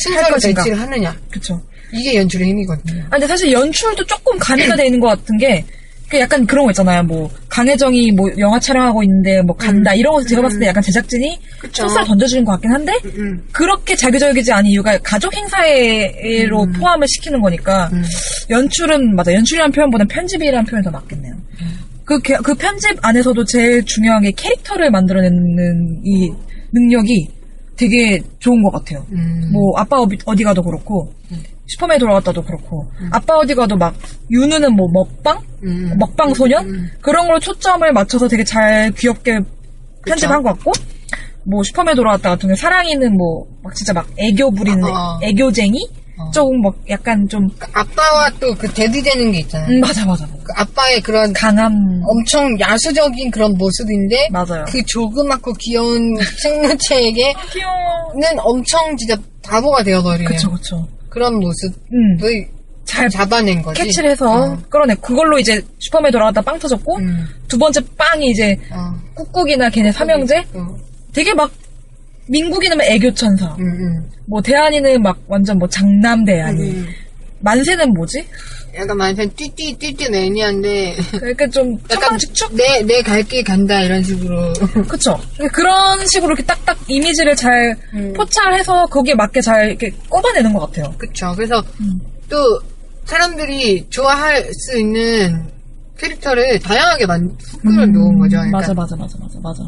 S3: 순서를
S2: 음. 것인가.
S3: 배치를 하느냐.
S2: 그쵸.
S3: 이게 연출의 힘이거든요.
S2: 아, 근데 사실 연출도 조금 가미가 돼 있는 것 같은 게, 그 약간 그런 거 있잖아요. 뭐, 강혜정이 뭐, 영화 촬영하고 있는데, 뭐, 간다. 이런 거 제가 봤을 때 약간 제작진이
S3: 음. 그쵸.
S2: 손살 던져주는 것 같긴 한데,
S3: 음.
S2: 그렇게 자기적이지 않은 이유가 가족 행사로
S3: 음.
S2: 포함을 시키는 거니까, 연출은, 맞아. 연출이라는 표현보다는 편집이라는 표현이 더 맞겠네요.
S3: 음.
S2: 그, 게- 그 편집 안에서도 제일 중요한 게 캐릭터를 만들어내는 이 능력이 되게 좋은 것 같아요.
S3: 음.
S2: 뭐 아빠 어디, 어디 가도 그렇고 슈퍼맨 돌아왔다도 그렇고 아빠 어디 가도 막 윤우는 뭐 먹방
S3: 음.
S2: 먹방 소년 그런 걸로 초점을 맞춰서 되게 잘 귀엽게 편집한 것 같고 뭐 슈퍼맨 돌아왔다 같은 경우 사랑이는 뭐 막 진짜 막 애교 부리는
S3: 아, 아.
S2: 애교쟁이 조금 막 약간 좀
S3: 어. 그 아빠와 또 그 대비되는 게 있잖아요.
S2: 음, 맞아 맞아 맞아
S3: 그 아빠의 그런
S2: 강함
S3: 엄청 야수적인 그런 모습인데
S2: 맞아요.
S3: 그 조그맣고 귀여운 [laughs] 생물체에게는
S2: 귀여워
S3: 엄청 진짜 바보가 되어버리는
S2: 그쵸 그쵸
S3: 네. 그런 모습을
S2: 음. 잘
S3: 잡아낸 거지.
S2: 캐치를 해서
S3: 어.
S2: 끌어내 그걸로 이제 슈퍼맨 돌아왔다 빵 터졌고
S3: 음.
S2: 두 번째 빵이 이제
S3: 어.
S2: 꾹꾹이나 걔네 삼형제
S3: 어.
S2: 되게 막 민국이는 막 애교 천사
S3: 음, 음.
S2: 뭐 대한이는 막 완전 뭐 장남 대한이
S3: 음.
S2: 만세는 뭐지
S3: 약간 많이 띠띠 띠띠
S2: [laughs]
S3: 매니아인데
S2: 그러니까 좀
S3: 약간
S2: 천방지축
S3: 내내 갈 길 간다 이런
S2: [laughs]
S3: 식으로
S2: 그쵸 그러니까 그런 식으로 이렇게 딱딱 이미지를 잘
S3: 음.
S2: 포착해서 거기에 맞게 잘 이렇게 꼽아내는 것 같아요
S3: 그쵸 그래서
S2: 음.
S3: 또 사람들이 좋아할 수 있는 캐릭터를 다양하게 만 섞어서 놓은 거죠 그러니까
S2: 음. 맞아 맞아 맞아 맞아 맞아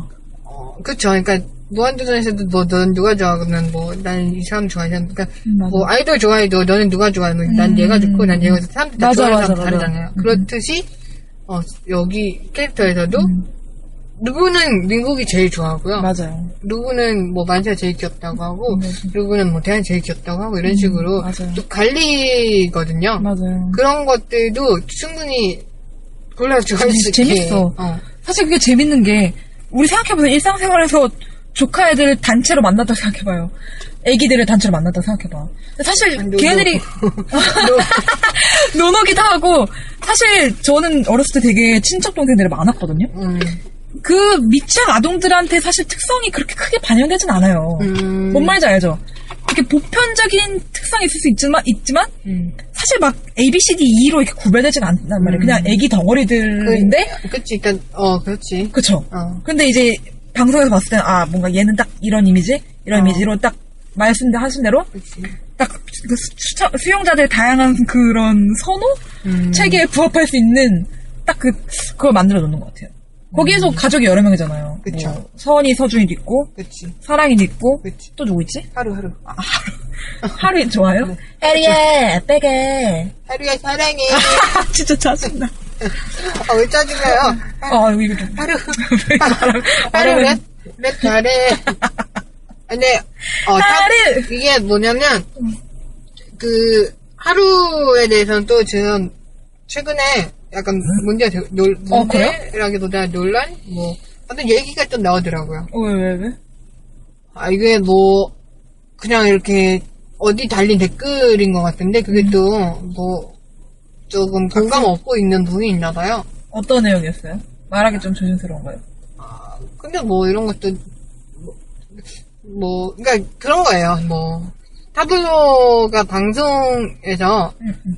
S3: 어, 그쵸 그러니까 무한도전에서도 뭐 넌 누가 좋아 그러면 뭐 나는 이 사람 좋아해 그러니까
S2: 음, 맞아. 음.
S3: 뭐 아이돌 좋아해도 너는 누가 좋아해 뭐난 얘가 좋고 난 얘가 좋고 사람들 다
S2: 맞아,
S3: 좋아하는 사람
S2: 맞아, 음. 맞아.
S3: 다르잖아요 그렇듯이 어, 여기 캐릭터에서도 누구는 민국이 제일 좋아하고요
S2: 음. 맞아요 음,
S3: 누구는 뭐 만세가 제일 귀엽다고 하고 누구는 뭐 대한이 제일 귀엽다고 하고 이런 식으로
S2: 맞아요.
S3: 또 갈리거든요.
S2: 맞아요
S3: 그런 것들도 충분히 골라서 좋아할 수 있게.
S2: 재밌어.
S3: 어.
S2: 사실 그게 재밌는 게 우리 생각해보면 일상생활에서 조카 애들을 단체로 만났다 고 생각해봐요. 애기들을 단체로 만났다 고 생각해봐. 사실
S3: 노노.
S2: 걔네들이 [laughs] 노노기도 하고 사실 저는 어렸을 때 되게 친척 동생들이 많았거든요.
S3: 음.
S2: 그 미취학 아동들한테 사실 특성이 그렇게 크게 반영되진 않아요.
S3: 음.
S2: 뭔 말인지 알죠? 이렇게 보편적인 특성이 있을 수 있지만, 있지만
S3: 음.
S2: 사실 막 A, B, C, D, E로 이렇게 구별되진 않단 말이에요. 그냥 애기 덩어리들인데
S3: 음. 그, 그치, 그니까, 어, 그렇지.
S2: 그쵸.
S3: 어.
S2: 근데 이제 방송에서 봤을 때는 아 뭔가 얘는 딱 이런 이미지, 이런
S3: 어.
S2: 이미지로 딱 말씀하신 대로
S3: 그치.
S2: 딱 그 수차- 수용자들의 다양한 그런 선호
S3: 음.
S2: 체계에 부합할 수 있는 딱 그 그걸 만들어 놓는 것 같아요. 거기에서 가족이 여러 명이잖아요.
S3: 음. 그쵸.
S2: 뭐 서원이 서준이도 있고
S3: 그치.
S2: 사랑이도 있고
S3: 그치.
S2: 또 누구 있지?
S3: 하루하루. 어.
S2: 하루이 좋아요?
S3: 네.
S2: 에리야
S3: [laughs]
S2: 빼게.
S3: 하루야, 사랑해.
S2: 아 진짜 짜증나.
S3: 아, 왜 짜증나요?
S2: 아 이거 좀
S3: 하루. [laughs] 하루
S2: 하루는-
S3: 랩, 랩 잘해. [laughs] 근데, 어, 탑-
S2: 하루!
S3: 이게 뭐냐면, 그, 하루에 대해서는 또 지금, 최근에 약간 문제가, 되- 논,
S2: 어, 그래요?
S3: 문제라기보다 논란? 뭐, 어떤 얘기가 좀 나오더라고요.
S2: 어, 왜 왜, 왜?
S3: 아, 이게 뭐, 그냥 이렇게, 어디 달린 댓글인 것 같은데, 그게 또, 뭐, 조금 공감 얻고 있는 분이 있나 봐요.
S2: 어떤 내용이었어요? 말하기 좀 조심스러운가요?
S3: 근데 뭐 이런 것도 뭐- 뭐 그러니까 그런 거예요. 뭐 타블로가 방송에서
S2: 음,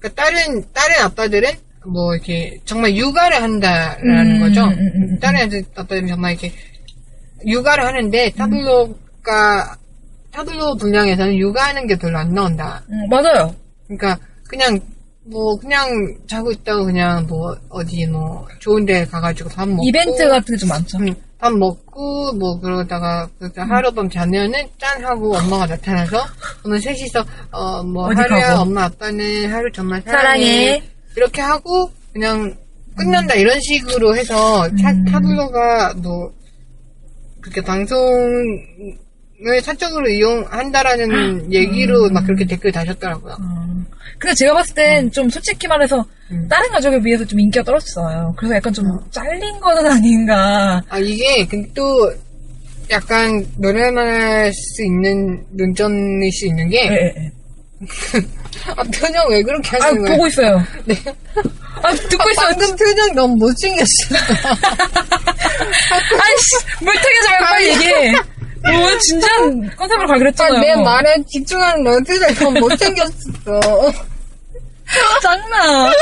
S3: 그러니까 다른 다른 아빠들은 뭐 이렇게 정말 육아를 한다라는
S2: 음,
S3: 거죠.
S2: 음, 음, 음.
S3: 다른 애들 아빠들은 정말 이렇게 육아를
S2: 음.
S3: 하는데 타블로가 타블로 분량에서는 육아하는 게 별로 안 나온다.
S2: 음, 맞아요.
S3: 그러니까 그냥 뭐 그냥 자고 있다고 그냥 뭐 어디 뭐 좋은 데 가가지고 밥
S2: 뭐
S3: 먹고
S2: 이벤트 같은 게 좀 많죠.
S3: 응, 밥 먹고 뭐 그러다가 그렇게 하룻밤 자면은 짠 하고 엄마가 나타나서 오늘 셋이서 어 뭐
S2: 어디
S3: 하루야
S2: 가고?
S3: 엄마 아빠는 하루 정말 사랑해,
S2: 사랑해.
S3: 이렇게 하고 그냥 끝난다 이런 식으로 해서 차,
S2: 음.
S3: 타블로가 뭐 그렇게 방송을 사적으로
S2: 음.
S3: 이용한다라는 얘기로 막 그렇게 댓글 다셨더라고요.
S2: 근데 제가 봤을 땐 좀 솔직히 말해서 다른 가족에 비해서 좀 인기가 떨어졌어요. 그래서 약간 좀 잘린 거는 아닌가.
S3: 아 이게 근데 또 약간
S2: 네.
S3: 노래만 할 수 있는 논점일 수 있는 게
S2: 예, 예, 예.
S3: 아, 표정 왜 그렇게
S2: 아,
S3: 하시는 거예요?
S2: 보고 있어요. 네. 아, 듣고 있어요.
S3: 방금 표정 너무
S2: [laughs]
S3: 못생겼어. 아,
S2: 아이씨, 물탱이지 말고 빨리
S3: 아니.
S2: 얘기해. 뭐, 진지한 컨셉으로 가기로 했잖아요.
S3: 아, 내 말에 집중하는 너 표정 너무 못생겼어.
S2: 짱나. 뭐.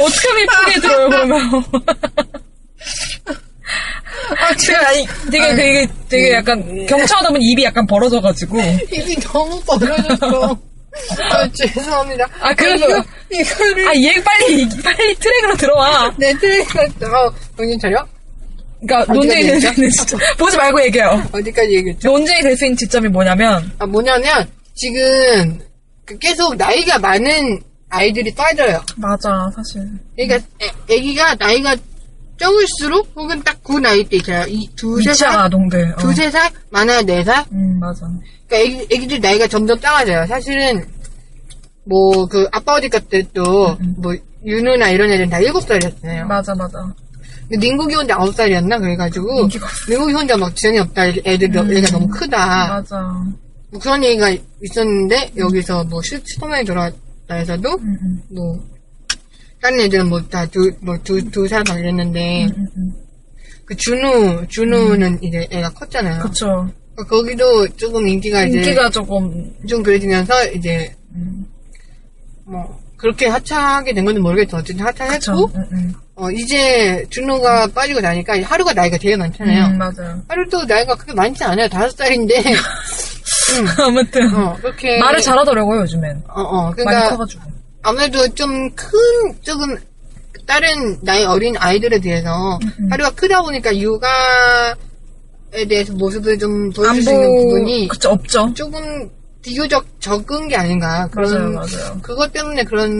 S2: 어떻게 하면 이쁘게 들어요, 그러면. 아, 제가, 아니, 되게, 되게, 되게 약간, 경청하다 보면 입이 약간 벌어져가지고. 아,
S3: 입이 너무 벌어졌어. 아, 죄송합니다.
S2: 아, 그래도-
S3: 이거- 이거를
S2: 아, 얘 빨리, 빨리 트랙으로 들어와.
S3: 내 트레이가 어, 정신 차려?
S2: 그러니까,
S3: 어디까지
S2: 논쟁이 될 수 있는 진짜. 보지 말고 얘기해요.
S3: 어디까지 얘기했죠?
S2: 논쟁이 될 수 있는 지점이 뭐냐면,
S3: 아, 뭐냐면, 지금, 그 계속 나이가 많은 아이들이 빠져요.
S2: 맞아, 사실.
S3: 그러니까, 애, 기가 나이가 적을수록, 혹은 딱 그 나이 때 있잖아요. 이 두세
S2: 미친
S3: 살,
S2: 아동들. 어.
S3: 두세 살, 많아야 네 살,
S2: 음, 맞아.
S3: 그러니까 애기, 애기들 나이가 점점 작아져요. 사실은 뭐 그 아빠 어디 갔을 때도
S2: 음.
S3: 뭐 윤우나 이런 애들은 다 일곱 살이었잖아요.
S2: 맞아, 맞아.
S3: 근데 민국이 혼자 아홉 살이었나 그래가지고
S2: 음, 민국이 없어. 음.
S3: 민국이 혼자 막 지연이 없다 애들 애가 너무 크다
S2: 맞아.
S3: 뭐 그런 얘기가 있었는데 여기서 뭐 슈- 슈퍼맨이 돌아왔다 해서도
S2: 음, 음,
S3: 뭐 다른 애들은 뭐 다 두 뭐 두 두 살 막 이랬는데
S2: 음, 음.
S3: 그 준우 준우는 이제 애가 컸잖아요.
S2: 그쵸.
S3: 그러니까 거기도 조금 인기가 이제
S2: 인기가 조금,
S3: 좀 그래지면서 이제 뭐 그렇게 하차하게 된 건지 모르겠어 어쨌든
S2: 그쵸.
S3: 하차했고
S2: 음, 음.
S3: 어, 이제 준호가 빠지고 나니까 하루가 나이가 되게 많잖아요
S2: 음, 맞아요.
S3: 하루도 나이가 그렇게 많지 않아요 다섯 살인데
S2: [laughs] 아무튼.
S3: 어 그렇게
S2: 말을 잘하더라고요, 요즘엔.
S3: 어어
S2: 많이
S3: 그러니까
S2: 커가지고.
S3: 아무래도 좀 큰 조금 다른 나이 어린 아이들에 비해서
S2: 음,
S3: 하루가 크다 보니까 육아에 대해서 모습을 좀 보여줄 수 있는 부분이
S2: 그쵸, 없죠.
S3: 조금 비교적 적은 게 아닌가
S2: 맞아요,
S3: 그런
S2: 맞아요.
S3: 그것 때문에 그런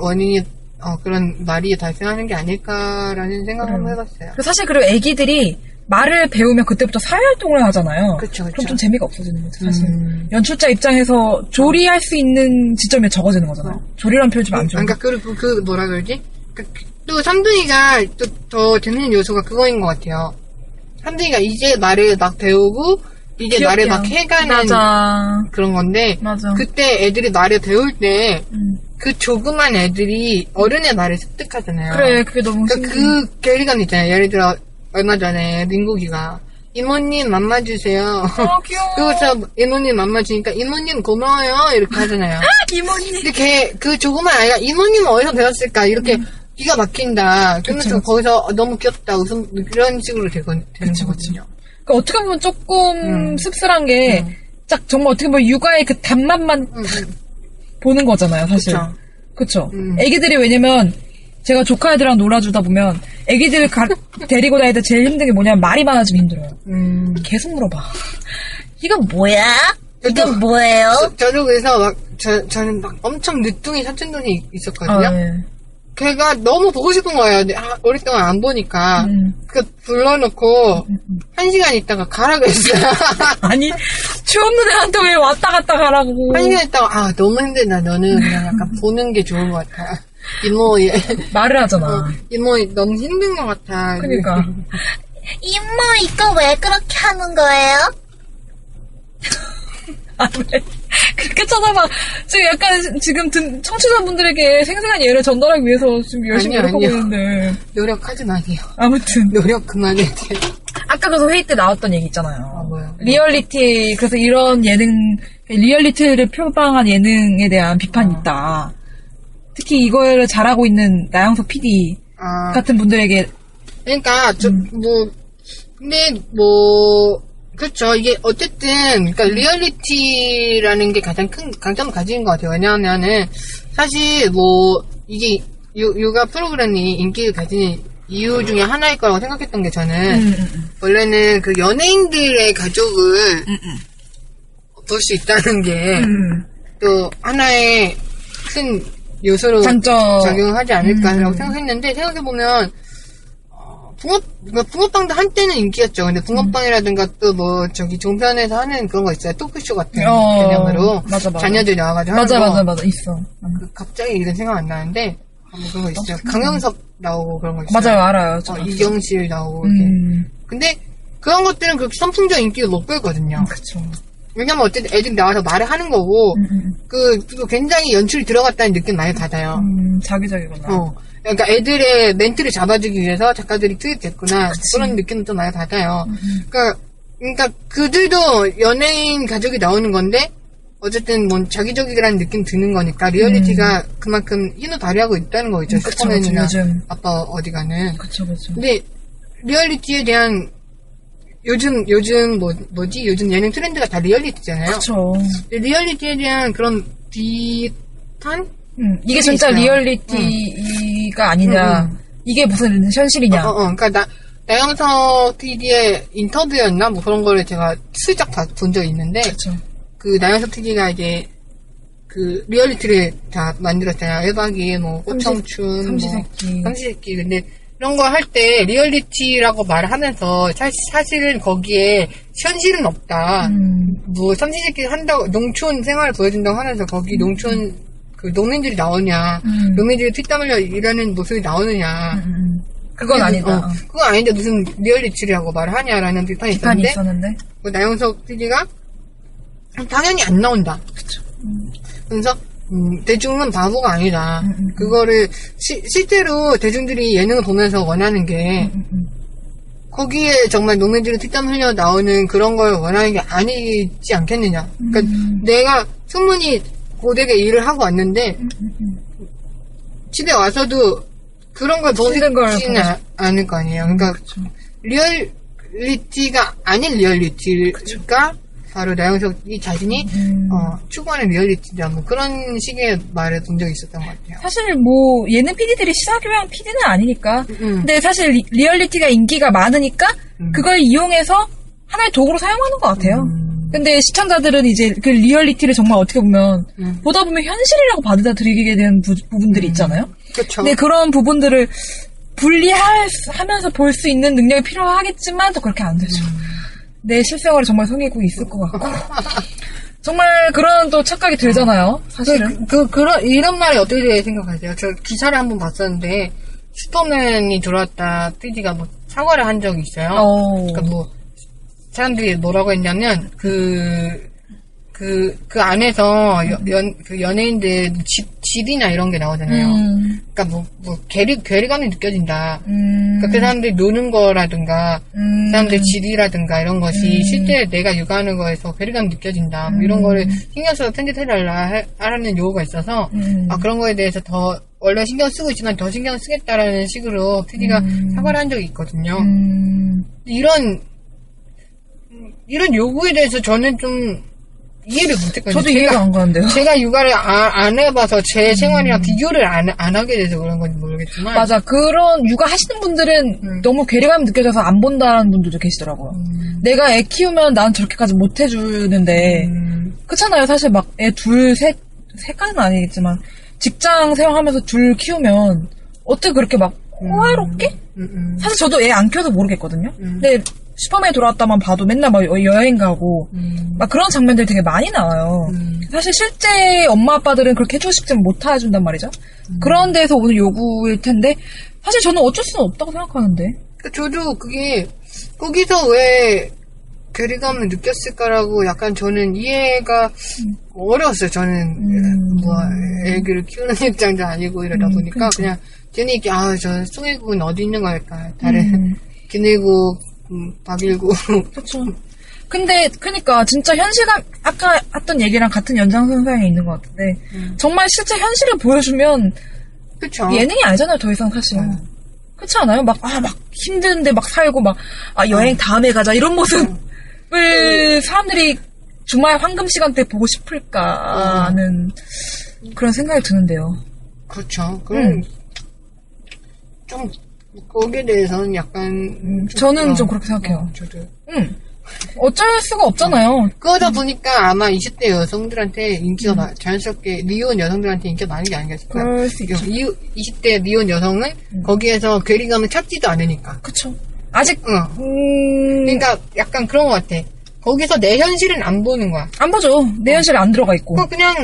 S3: 원인이 어, 그런 말이 발생하는 게 아닐까라는 생각을
S2: 음.
S3: 한번 해봤어요.
S2: 그리고 사실 그리고 애기들이 말을 배우면 그때부터 사회활동을 하잖아요.
S3: 그쵸, 그쵸.
S2: 그럼 좀 재미가 없어지는 거죠, 사실. 연출자 입장에서 조리할 수 있는 지점이 적어지는 거잖아요. 조리란 표현이 좀 안 좋은
S3: 그러니까 그리고 그 뭐라 그러지? 그, 또 삼둥이가 또 더 재밌는 요소가 그거인 것 같아요. 삼둥이가 이제 말을 막 배우고 이제
S2: 귀엽게요.
S3: 말을 막 해가는
S2: 맞아.
S3: 그런 건데
S2: 맞아.
S3: 그때 애들이 말을 배울 때 그
S2: 음.
S3: 조그만 애들이 어른의 말을 습득하잖아요.
S2: 그래, 어. 그게 너무
S3: 그러니까
S2: 신기해.
S3: 그 괴리감 있잖아요. 예를 들어 얼마 전에 민국이가 이모님 맘마 주세요. [laughs]
S2: 아, 귀여워.
S3: 그리고 저 이모님 맘마 주니까 이모님 고마워요 이렇게 하잖아요.
S2: 이모님.
S3: 근데 걔 그 조그만 아이가 이모님 어디서 배웠을까 이렇게 기가 막힌다. 그러면
S2: 음. 그쵸,
S3: 서
S2: 그쵸.
S3: 거기서 너무 귀엽다 웃음 이런 식으로 되건 되는
S2: 그쵸,
S3: 거거든요.
S2: 그러니까 어떻게 보면 조금 씁쓸한 게, 딱 정말 어떻게 보면 육아의 그 단맛만
S3: 음, 음.
S2: 보는 거잖아요, 사실.
S3: 그쵸.
S2: 그쵸.
S3: 음.
S2: 애기들이 왜냐면, 제가 조카 애들이랑 놀아주다 보면, 애기들 [laughs] 가, 데리고 다닐 때 제일 힘든 게 뭐냐면 말이 많아지면 힘들어요.
S3: 음.
S2: 계속 물어봐. 이건 뭐야? 이건 뭐예요?
S3: 어, 저- 저도 그래서 막 저, 저는 막 엄청 늦둥이 사촌동이 있었거든요.
S2: 아, 네.
S3: 걔가 너무 보고 싶은 거예요. 근데 아, 오랫동안 안 보니까
S2: 음.
S3: 그 불러놓고 한 시간 있다가 가라
S2: [laughs]
S3: 그랬어요.
S2: 아니, 추없는 애한테 왜 왔다 갔다 가라고.
S3: 한 시간 있다가 아 너무 힘들다. 너는 그냥 약간
S2: 음.
S3: 보는 게 좋은 것 같아. 이모 얘-
S2: 말을 하잖아.
S3: 이모 너무 힘든 것 같아.
S2: 그러니까.
S4: 이모 이거 왜 그렇게 하는 거예요?
S2: 아, 왜? [laughs] 그렇게 쳐다봐. 지금 약간, 지금 듣- 청취자분들에게 생생한 예를 전달하기 위해서 지금 열심히
S3: 아니요,
S2: 노력하고
S3: 아니요.
S2: 있는데.
S3: 노력하지 마세요.
S2: 아무튼.
S3: 노력 그만해.
S2: 아까 그래서 회의 때 나왔던 얘기 있잖아요.
S3: 아, 뭐요?
S2: 리얼리티, 그래서 이런 예능, 리얼리티를 표방한 예능에 대한 비판이 있다. 특히 이거를 잘하고 있는 나영석 PD
S3: 아
S2: 같은 분들에게,
S3: 그러니까
S2: 음.
S3: 저 뭐 근데 뭐 그렇죠. 이게 어쨌든 그러니까 리얼리티라는 게 가장 큰 강점을 가지는 것 같아요. 왜냐하면은 사실 뭐 이게 유, 육아 프로그램이 인기를 가진 이유 중에 하나일 거라고 생각했던 게
S2: 네.
S3: 저는
S2: 음.
S3: 원래는 그 연예인들의
S2: 음,
S3: 가족을 볼 수 있다는 게 또
S2: 음.
S3: 하나의 큰 요소로
S2: 장점.
S3: 작용하지
S2: 음.
S3: 않을까라고 생각했는데 생각해보면 어, 붕어, 그러니까 붕어빵도 한때는 인기였죠. 근데 붕어빵이라든가 또 뭐 저기 종편에서 하는 그런 거 있어요. 토크쇼 같은
S2: 어,
S3: 개념으로
S2: 맞아, 맞아.
S3: 자녀들이 나와가지고
S2: 맞아,
S3: 하는 거.
S2: 맞아, 맞아, 있어. 음.
S3: 그 갑자기 이런 생각 안 나는데 아, 뭐 그런 거 있어요. 강영석 나오고 그런 거 있어요.
S2: 맞아요, 알아요. 저.
S3: 어, 이경실 나오고 이렇게.
S2: 음, 아.
S3: 근데 그런 것들은 그렇게 선풍적 인기를 못 끌거든요.
S2: 그쵸.
S3: 왜냐면 어쨌든 애들이 나와서 말을 하는 거고,
S2: 음.
S3: 그, 그리고 굉장히 연출이 들어갔다는 느낌 많이 받아요.
S2: 음, 자기자기구나.
S3: 어. 그러니까 애들의 멘트를 잡아주기 위해서 작가들이 투입됐구나. 그런 느낌도 좀 많이 받아요.
S2: 음,
S3: 그러니까, 그러니까 그들도 연예인 가족이 나오는 건데, 어쨌든 뭐 자기적이라는 느낌 드는 거니까 리얼리티가 그만큼 희노 다리하고 있다는 거죠.
S2: 음, 그쵸, 그쵸.
S3: 슈퍼맨이나
S2: 요즘.
S3: 아빠 어디 가는.
S2: 그쵸, 그쵸.
S3: 근데 리얼리티에 대한 요즘 요즘 뭐 뭐지 요즘 예능 트렌드가 다 리얼리티잖아요.
S2: 그쵸.
S3: 근데 리얼리티에 대한 그런 비탄
S2: 음, 이게 진짜
S3: 있어요. 음.
S2: 리얼리티가 아니냐. 이게 무슨 현실이냐.
S3: 어, 어, 그러니까 나 나영석 PD의 인터뷰였나 뭐 그런 거를 제가 슬쩍 본 적이 있는데
S2: 그쵸.
S3: 그 나영석 PD가 이제 그 리얼리티를 다 만들었잖아요. 1박 2일 뭐 꽃청춘
S2: 삼시세끼.
S3: 뭐 삼시세끼 근데 이런 걸 할 때 리얼리티라고 말하면서 사실 사실은 거기에 현실은 없다.
S2: 음,
S3: 뭐 삼시세끼 한다고 농촌 생활을 보여준다고 하면서 거기 농촌 그 농민들이 나오냐,
S2: 음.
S3: 농민들이 피땀 흘려 일하는 모습이 나오느냐,
S2: 음, 음. 그건
S3: 그래서,
S2: 아니다.
S3: 어, 그건 아닌데 무슨 리얼리티라고 말을 하냐라는 비판이
S2: 비판이
S3: 있었는데
S2: 있었는데.
S3: 뭐 나영석 PD가 당연히 안 나온다. 그래서 음, 대중은 바보가 아니다. 그거를 시- 실제로 대중들이 예능을 보면서 원하는 게 거기에 정말 농민들이 뒷담 흘려 나오는 그런 걸 원하는 게 아니지 않겠느냐. 그러니까 내가 충분히 고되게 일을 하고 왔는데 음. 집에 와서도 그런 걸 보고
S2: 싫은 걸
S3: 싶지는 아- 않을 거 아니에요. 그러니까 리얼리티가 아닌 리얼리티가 바로 나영석이 자신이 어, 추구하는 리얼리티다 뭐 그런 식의 말을 본 적이 있었던 것 같아요.
S2: 사실 뭐 예능 PD들이 시사교양 PD는 아니니까.
S3: 음.
S2: 근데 사실 리, 얼리티가 인기가 많으니까 그걸 이용해서 하나의 도구로 사용하는 것 같아요. 근데 시청자들은 이제 그 리얼리티를 정말 어떻게 보면
S3: 음.
S2: 보다 보면 현실이라고 받아들이게 되는 부, 분들이 있잖아요.
S3: 그렇죠.
S2: 근데 네, 그런 부분들을 분리하면서 볼 수 있는 능력이 필요하겠지만 또 그렇게 안 되죠.
S3: 음.
S2: 내 실생활을 정말 손해고 있을 것 같고. 정말 그런 또 착각이 들잖아요. 사실은.
S3: 그, 그, 그런, 이런 말이 어떻게 생각하세요? 저 기사를 한번 봤었는데, 슈퍼맨이 들어왔다, PD가 뭐, 사과를 한 적이 있어요.
S2: 어.
S3: 그러니까 뭐, 사람들이 뭐라고 했냐면, 그, 그, 그 안에서 여- 연, 그 연예인들 집, 집이나 이런 게 나오잖아요.
S2: 음,
S3: 그러니까 뭐, 뭐, 괴리, 괴리감이 느껴진다.
S2: 음,
S3: 그러니까 그 사람들이 노는 거라든가, 그
S2: 음.
S3: 사람들의 질이라든가 이런 것이 실제 내가 육아하는 거에서 괴리감이 느껴진다 뭐
S2: 음.
S3: 이런 거를 신경 써서 편집해달라 하- 하라는 요구가 있어서
S2: 음.
S3: 아 그런 거에 대해서 더 원래 신경 쓰고 있지만 더 신경 쓰겠다라는 식으로 PD가 사과를 한 적이 있거든요
S2: 음,
S3: 이런 이런 요구에 대해서 저는 좀 이해를 못했거든요
S2: 저도
S3: 제가-
S2: 이해가 안 가는데요.
S3: 제가 육아를 아- 안 해봐서 제 생활이랑 비교를 안, 안 하게 돼서 그런 건지 모르겠지만
S2: 음. 맞아. 그런 육아 하시는 분들은 너무 괴리감이 느껴져서 안 본다는 분들도 계시더라고요. 내가 애 키우면 난 저렇게까지 못 해주는데 그렇잖아요. 사실 막 애 둘 셋 셋까지는 아니겠지만 직장 생활하면서 둘 키우면 어떻게 그렇게 막 호화롭게?
S3: 음, 음.
S2: 사실 저도 애 안 키워서 모르겠거든요. 근데 슈퍼맨 돌아왔다만 봐도 맨날 막 여- 여행 가고
S3: 음.
S2: 막 그런 장면들이 되게 많이 나와요. 사실 실제 엄마 아빠들은 그렇게 해주고 싶지만 못 해준단 말이죠. 그런 데서 오는 요구일 텐데 사실 저는 어쩔 수는 없다고 생각하는데
S3: 그러니까 저도 그게 거기서 왜 괴리감을 느꼈을까라고 약간 저는 이해가
S2: 음.
S3: 어려웠어요. 저는 뭐 애기를 키우는 [laughs] 입장도 아니고 이러다
S2: 음,
S3: 보니까
S2: 그렇죠.
S3: 그냥 괜히 이렇게 아저 송해국은 어디 있는
S2: 음.
S3: 걸까 다른 [laughs] 기내국 음, 박일국
S2: 그렇죠. 근데 그러니까 진짜 현실감 아까 했던 얘기랑 같은 연장선상에 있는 것 같은데 정말 실제 현실을 보여주면
S3: 그쵸?
S2: 예능이 아니잖아요, 더 이상 사실. 그렇지 않아요? 막, 아, 막 힘든데 막 살고 막, 아, 여행 다음에 가자, 이런 모습을 사람들이 주말 황금 시간 때 보고 싶을까 하는 그런 생각이 드는데요.
S3: 그렇죠.
S2: 음.
S3: 그럼 좀 거기에 대해서는 약간 좀-
S2: 음, 저는
S3: 어,
S2: 좀 그렇게 생각해요. 음.
S3: 저도
S2: 응. 어쩔 수가 없잖아요.
S3: 그러다 보니까 아마 20대 여성들한테 인기가 많- 자연스럽게 미혼 여성들한테 인기가 많은 게 아니겠을까?
S2: 음. 그럴 수 있죠. 음.
S3: 20대 미혼 여성은 거기에서 괴리감을 찾지도 않으니까.
S2: 그쵸. 아직,
S3: 응.
S2: 음,
S3: 그러니까 약간 그런 것 같아. 거기서 내 현실은 안 보는 거야.
S2: 안 보죠. 내 현실에 안 들어가 있고.
S3: 그 그냥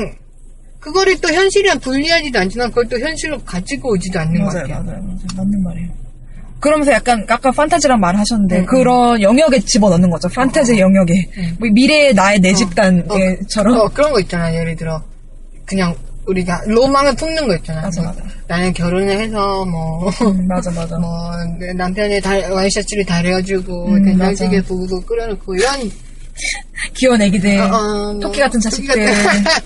S3: 그거를 또 현실이랑 분리하지도 않지만 그걸 또 현실로 가지고 오지도 않는 것 같아.
S2: 맞아요. 맞는 말이에요. 그러면서 약간 아까 판타지란 말
S3: 음,
S2: 하셨는데 그런 영역에 집어넣는 거죠. 판타지 영역에 뭐 미래의 나의 내 집단처럼
S3: 어, 그런 거 있잖아. 예를 들어, 그냥 우리가 로망을 품는 거 있잖아.
S2: 맞아,
S3: 뭐,
S2: 맞아.
S3: 나는 결혼을 해서 뭐,
S2: 음, 맞아
S3: [laughs]
S2: 맞아.
S3: 뭐, 내 남편의 다- 와이셔츠를 다려주고,
S2: 음,
S3: 된장찌개
S2: 맞아.
S3: 부부도 끓여놓고, 이런.
S2: 귀여운 애기들,
S3: 어, 어, 뭐,
S2: 네. 토끼 같은 자식들.
S3: 토끼
S2: [laughs]
S3: 같은-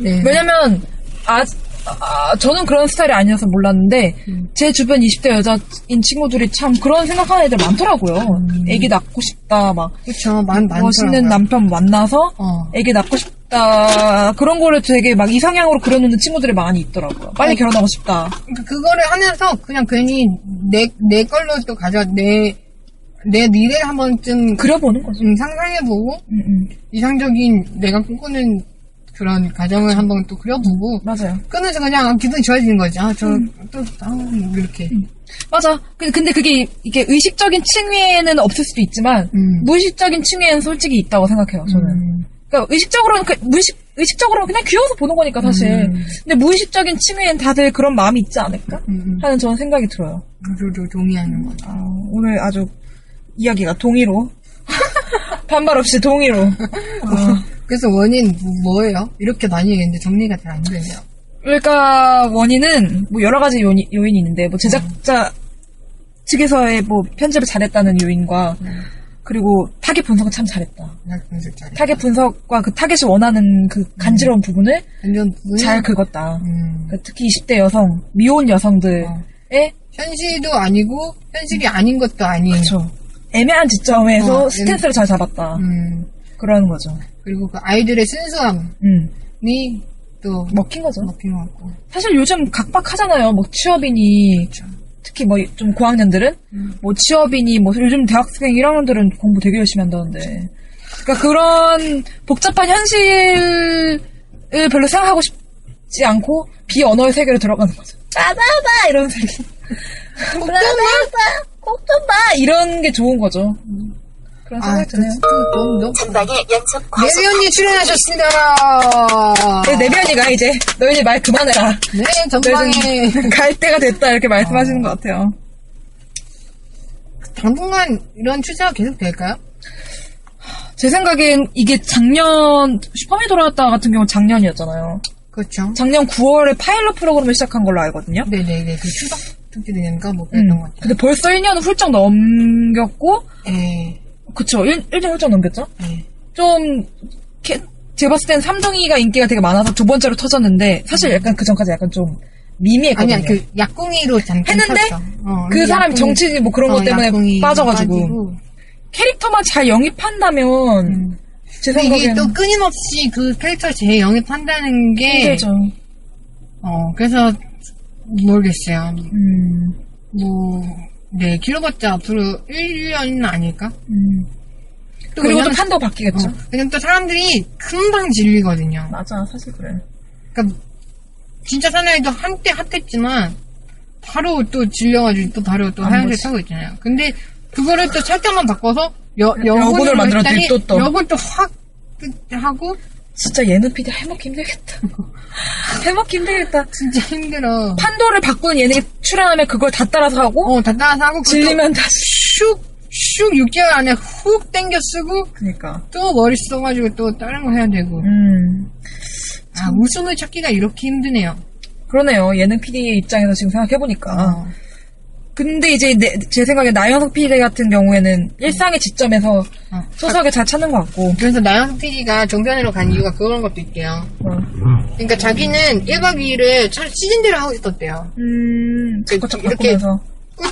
S3: [laughs] 네.
S2: 왜냐면 아, 아, 저는 그런 스타일이 아니어서 몰랐는데
S3: 음.
S2: 제 주변 20대 여자인 친구들이 참 그런 생각하는 애들 많더라고요.
S3: 음.
S2: 애기 낳고 싶다, 막
S3: 그쵸, 많, 많더라고요.
S2: 멋있는 남편 만나서
S3: 어.
S2: 애기 낳고 싶다 그런 거를 되게 막 이상향으로 그려놓는 친구들이 많이 있더라고요. 빨리 결혼하고 싶다.
S3: 그러니까 그거를 하면서 그냥 괜히 내, 내 걸로 또 가져, 내, 내 미래를 한 번쯤
S2: 그려보는 거죠.
S3: 좀 상상해보고,
S2: 음, 음.
S3: 이상적인 내가 꿈꾸는 그런 가정을 한번 또 그려보고,
S2: 맞아요.
S3: 끊어서 그냥 기분이 좋아지는 거지. 아, 저,
S2: 음.
S3: 또, 아, 이렇게.
S2: 맞아. 근데, 근데 그게 이게 의식적인 층위에는 없을 수도 있지만
S3: 음.
S2: 무의식적인 층위에는 솔직히 있다고 생각해요. 저는. 그러니까 의식적으로는 그 무의식 의식적으로는 그냥 귀여워서 보는 거니까 사실. 근데 무의식적인 층위엔 다들 그런 음. 마음이 있지 않을까
S3: 음, 음.
S2: 하는 저는 생각이 들어요.
S3: 저도 동의하는 거.
S2: 아, 오늘 아주 이야기가 동의로 [laughs] 반발 없이 동의로.
S3: 그래서 원인 뭐- 뭐예요? 이렇게 많이 얘기했는데 정리가 잘 안 되네요.
S2: 그러니까 원인은 뭐 여러 가지 요인, 요인이 있는데 뭐 제작자 측에서의 뭐 편집을 잘했다는 요인과 그리고 타겟 분석을 참 잘했다.
S3: 나 분석 잘해.
S2: 타겟 분석과 그 타겟이 원하는 그 간지러운 부분을
S3: 완전 부분.
S2: 잘 그- 긁었다.
S3: 음.
S2: 그러니까 특히 20대 여성, 미혼 여성들의
S3: 어. 현실도 아니고 현실이 아닌 것도 아닌.
S2: 음. 그쵸. 애매한 지점에서
S3: 어,
S2: 스탠스를 잘 잡았다.
S3: 음.
S2: 그러는 거죠.
S3: 그리고 그 아이들의 순수함이
S2: 음.
S3: 또
S2: 먹힌 거죠.
S3: 먹힌 것 같고.
S2: 사실 요즘 각박하잖아요. 뭐 취업이니 특히 뭐 좀 고학년들은 뭐 취업이니 뭐 요즘 대학생 1학년들은 공부 되게 열심히 한다는데. 그러니까 그런 복잡한 현실을 별로 생각하고 싶지 않고 비언어의 세계로 들어가는 거죠. 빠바바 이런
S3: [laughs]
S2: 세계. 빠바바 꼭좀 봐. 이런 게 좋은 거죠. 그런
S3: 아,
S2: 생각이
S3: 그,
S2: 드네요.
S3: 그, 너무, 너무.
S4: 중간에 연속 과속
S3: 내비 언니 출연하셨습니다.
S2: 네, 내비언니가 이제 너희들 말 그만해라.
S3: 네, 그렇죠. 전방에.
S2: 갈 때가 됐다 이렇게 말씀하시는 것 같아요.
S3: 당분간 이런 취재가 계속 될까요?
S2: 제 생각엔 이게 작년 슈퍼맨 돌아왔다 같은 경우 는 작년이었잖아요.
S3: 그렇죠.
S2: 작년 9월에 파일럿 프로그램을 시작한 걸로 알거든요.
S3: 네네네. 그 추석 특집인가 뭐
S2: 음.
S3: 그랬던 것 같아요.
S2: 근데 벌써 1년을 훌쩍 넘겼고,
S3: 예.
S2: 그쵸. 1, 일년 훌쩍 넘겼죠?
S3: 네.
S2: 좀, 게- 제가 봤을 땐 3등이가 인기가 되게 많아서 두 번째로 터졌는데, 사실 약간 그 전까지 약간 좀 미미했거든요.
S3: 음. 아니야, 그 약궁이로 잠깐
S2: 했는데
S3: 쳤죠. 어,
S2: 그 사람이
S3: 약궁이- 어,
S2: 정치인 뭐 그런 것 때문에
S3: 약궁이
S2: 빠져가지고.
S3: 빠지고.
S2: 캐릭터만 잘 영입한다면,
S3: 음.
S2: 제
S3: 근데 이게
S2: 생각엔
S3: 또 끊임없이 그 캐릭터 재영입한다는 게
S2: 힘들죠.
S3: 어 그래서 모르겠어요. 뭐,
S2: 음.
S3: 뭐네 길어봤자 앞으로 1년은 아닐까?
S2: 음.
S3: 또
S2: 그리고 또
S3: 왜냐면-
S2: 판도 바뀌겠죠.
S3: 어, 왜냐면 또 사람들이 금방 질리거든요.
S2: 맞아, 사실 그래.
S3: 그러니까 진짜 사나이도 한때 핫했지만 바로 또 질려가지고 또 바로 또
S2: 안
S3: 하얀색
S2: 보지.
S3: 타고 있잖아요. 근데 그거를 또 살짝만 바꿔서 여,
S2: 여군을
S3: 여군을
S2: 만들었더니
S3: 했더니
S2: 또 또.
S3: 여군 또확 하고
S2: 진짜 예능 PD 해먹기 힘들겠다. 해먹기 힘들겠다.
S3: 진짜 힘들어.
S2: 판도를 바꾸는 예능에 출연하면 그걸 다 따라서 하고
S3: 어, 단단해서 하고 그것도
S2: 질리면 다시.
S3: 슉, 슉 6개월 안에 훅 땡겨 쓰고
S2: 그니까.
S3: 또 머리 써가지고 또 다른 거 해야 되고.
S2: 그러니까. 음.
S3: 아, 웃음을 찾기가 이렇게 힘드네요.
S2: 그러네요. 예능 PD의 입장에서 지금
S3: 어.
S2: 생각해보니까. 근데 이제 내, 제 생각에 나연석 PD 같은 경우에는 일상의 지점에서
S3: 음. 어.
S2: 소소하게 잘 찾는 것 같고.
S3: 그래서 나영 PD가 종편으로 간 이유가 그런 것도 있대요.
S2: 어.
S3: 그러니까 자기는 1박 2일을 차 시즌대로 하고 있었대요.
S2: 음. 자꾸자꾸
S3: 그 이렇게-
S2: 바꾸면서.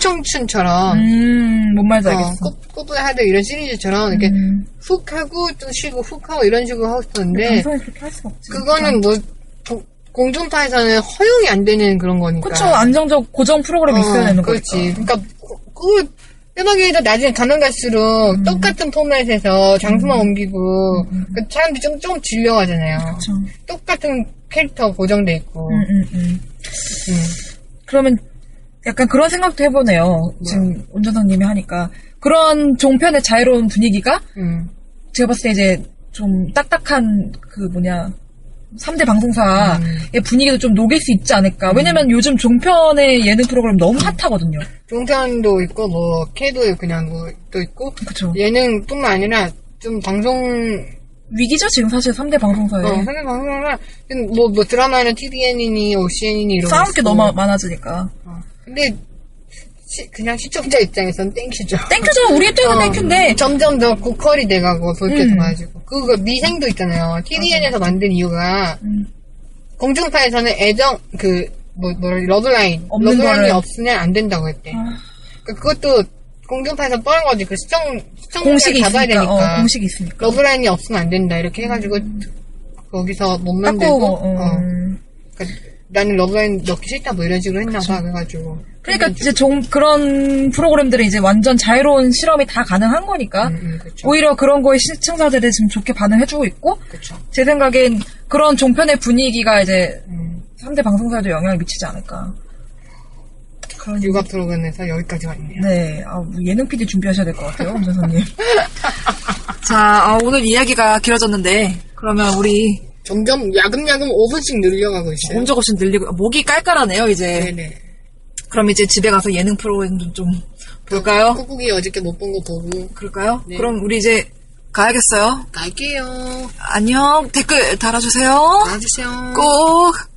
S3: 꾸청춘처럼.
S2: 음. 뭔 말인지
S3: 어,
S2: 알겠어.
S3: 꾸- 꾸부의 하들 이런 시리즈처럼 이렇게
S2: 음.
S3: 훅 하고 또 쉬고 훅 하고 이런 식으로 하고 있었는데
S2: 방송에 그렇게 할 수가 없지.
S3: 그거는 뭐 도- 공중파에서는 허용이 안 되는 그런 거니까.
S2: 그쵸. 안정적 고정 프로그램이 있어야 되는 거지.
S3: 그러니까. 그렇지. 그러니까 그- 그 음악에서 나중에 가면 갈수록
S2: 음.
S3: 똑같은 포맷에서 장소만 옮기고 그 사람들이 좀 조금 질려가잖아요.
S2: 그쵸.
S3: 똑같은 캐릭터 고정돼 있고.
S2: 음, 음, 음. 그러면 약간 그런 생각도 해보네요. 지금 운전사님이 하니까 그런 종편의 자유로운 분위기가
S3: 음.
S2: 제가 봤을 때 이제 좀 딱딱한 그 뭐냐 3대 방송사의
S3: 음.
S2: 분위기도 좀 녹일 수 있지 않을까. 왜냐면 요즘 종편의 예능 프로그램 너무
S3: 음.
S2: 핫하거든요.
S3: 종편도 있고 뭐 캐도 그냥 뭐또 있고
S2: 그쵸.
S3: 예능뿐만 아니라 좀 방송
S2: 위기죠, 지금 사실 3대 방송사에.
S3: 어, 하는 방송이라 뭐, 뭐 드라마나 TVN이니 OCN이니 이런
S2: 싸울 게
S3: 있고.
S2: 너무 많아지니까.
S3: 어. 근데 시- 그냥 시청자 입장에선 땡큐죠.
S2: 땡큐죠. 우리 입장에서
S3: 어.
S2: 땡큐인데.
S3: 점점 더 고퀄이 돼가고 그렇게
S2: 음.
S3: 돼가지고 그거 미생도 있잖아요. TVN에서 만든 이유가
S2: 음.
S3: 공중파에서는 애정 그 뭐 뭐라 그러지? 러브라인
S2: 없는
S3: 러브라인이
S2: 거를. 아.
S3: 없으면 안 된다고 했대. 그것도 공중파에서 뻔한 거지. 그 시청 시청
S2: 공식이
S3: 잡아야
S2: 있으니까.
S3: 되니까
S2: 어, 공식이 있으니까.
S3: 러브라인이 없으면 안 된다 이렇게 해가지고 거기서 못 만들고
S2: 깎고, 어.
S3: 어. 그러니까 나는 러브라인 넣기 싫다 뭐 이런 식으로 했나 봐 그래가지고
S2: 그러니까 이제 좀 그런 프로그램들은 이제 완전 자유로운 실험이 다 가능한 거니까.
S3: 음, 음, 그쵸.
S2: 오히려 그런 거에 시청자들이 지금 좋게 반응해주고 있고,
S3: 그쵸.
S2: 제 생각엔 그런 종편의 분위기가 이제
S3: 음.
S2: 3대 방송사에도 영향을 미치지 않을까. 그런
S3: 육아 프로그램에서 여기까지 왔네요.
S2: 네, 아, 예능 PD 준비하셔야 될 것 같아요, 엄선생님. [laughs] 자, 아, 오늘 이야기가 길어졌는데, 그러면 우리
S3: 점점 야금야금 5분씩 늘려가고 있어요.
S2: 온적 없이 늘리고, 목이 깔깔하네요, 이제.
S3: 네네.
S2: 그럼 이제 집에 가서 예능 프로그램 좀, 좀 볼까요?
S3: 그 꾹꾹이 어저께 못 본 거 보고
S2: 그럴까요?
S3: 네.
S2: 그럼 우리 이제 가야겠어요.
S3: 갈게요.
S2: 안녕, 댓글 달아주세요.
S3: 나와주세요.
S2: 꼭!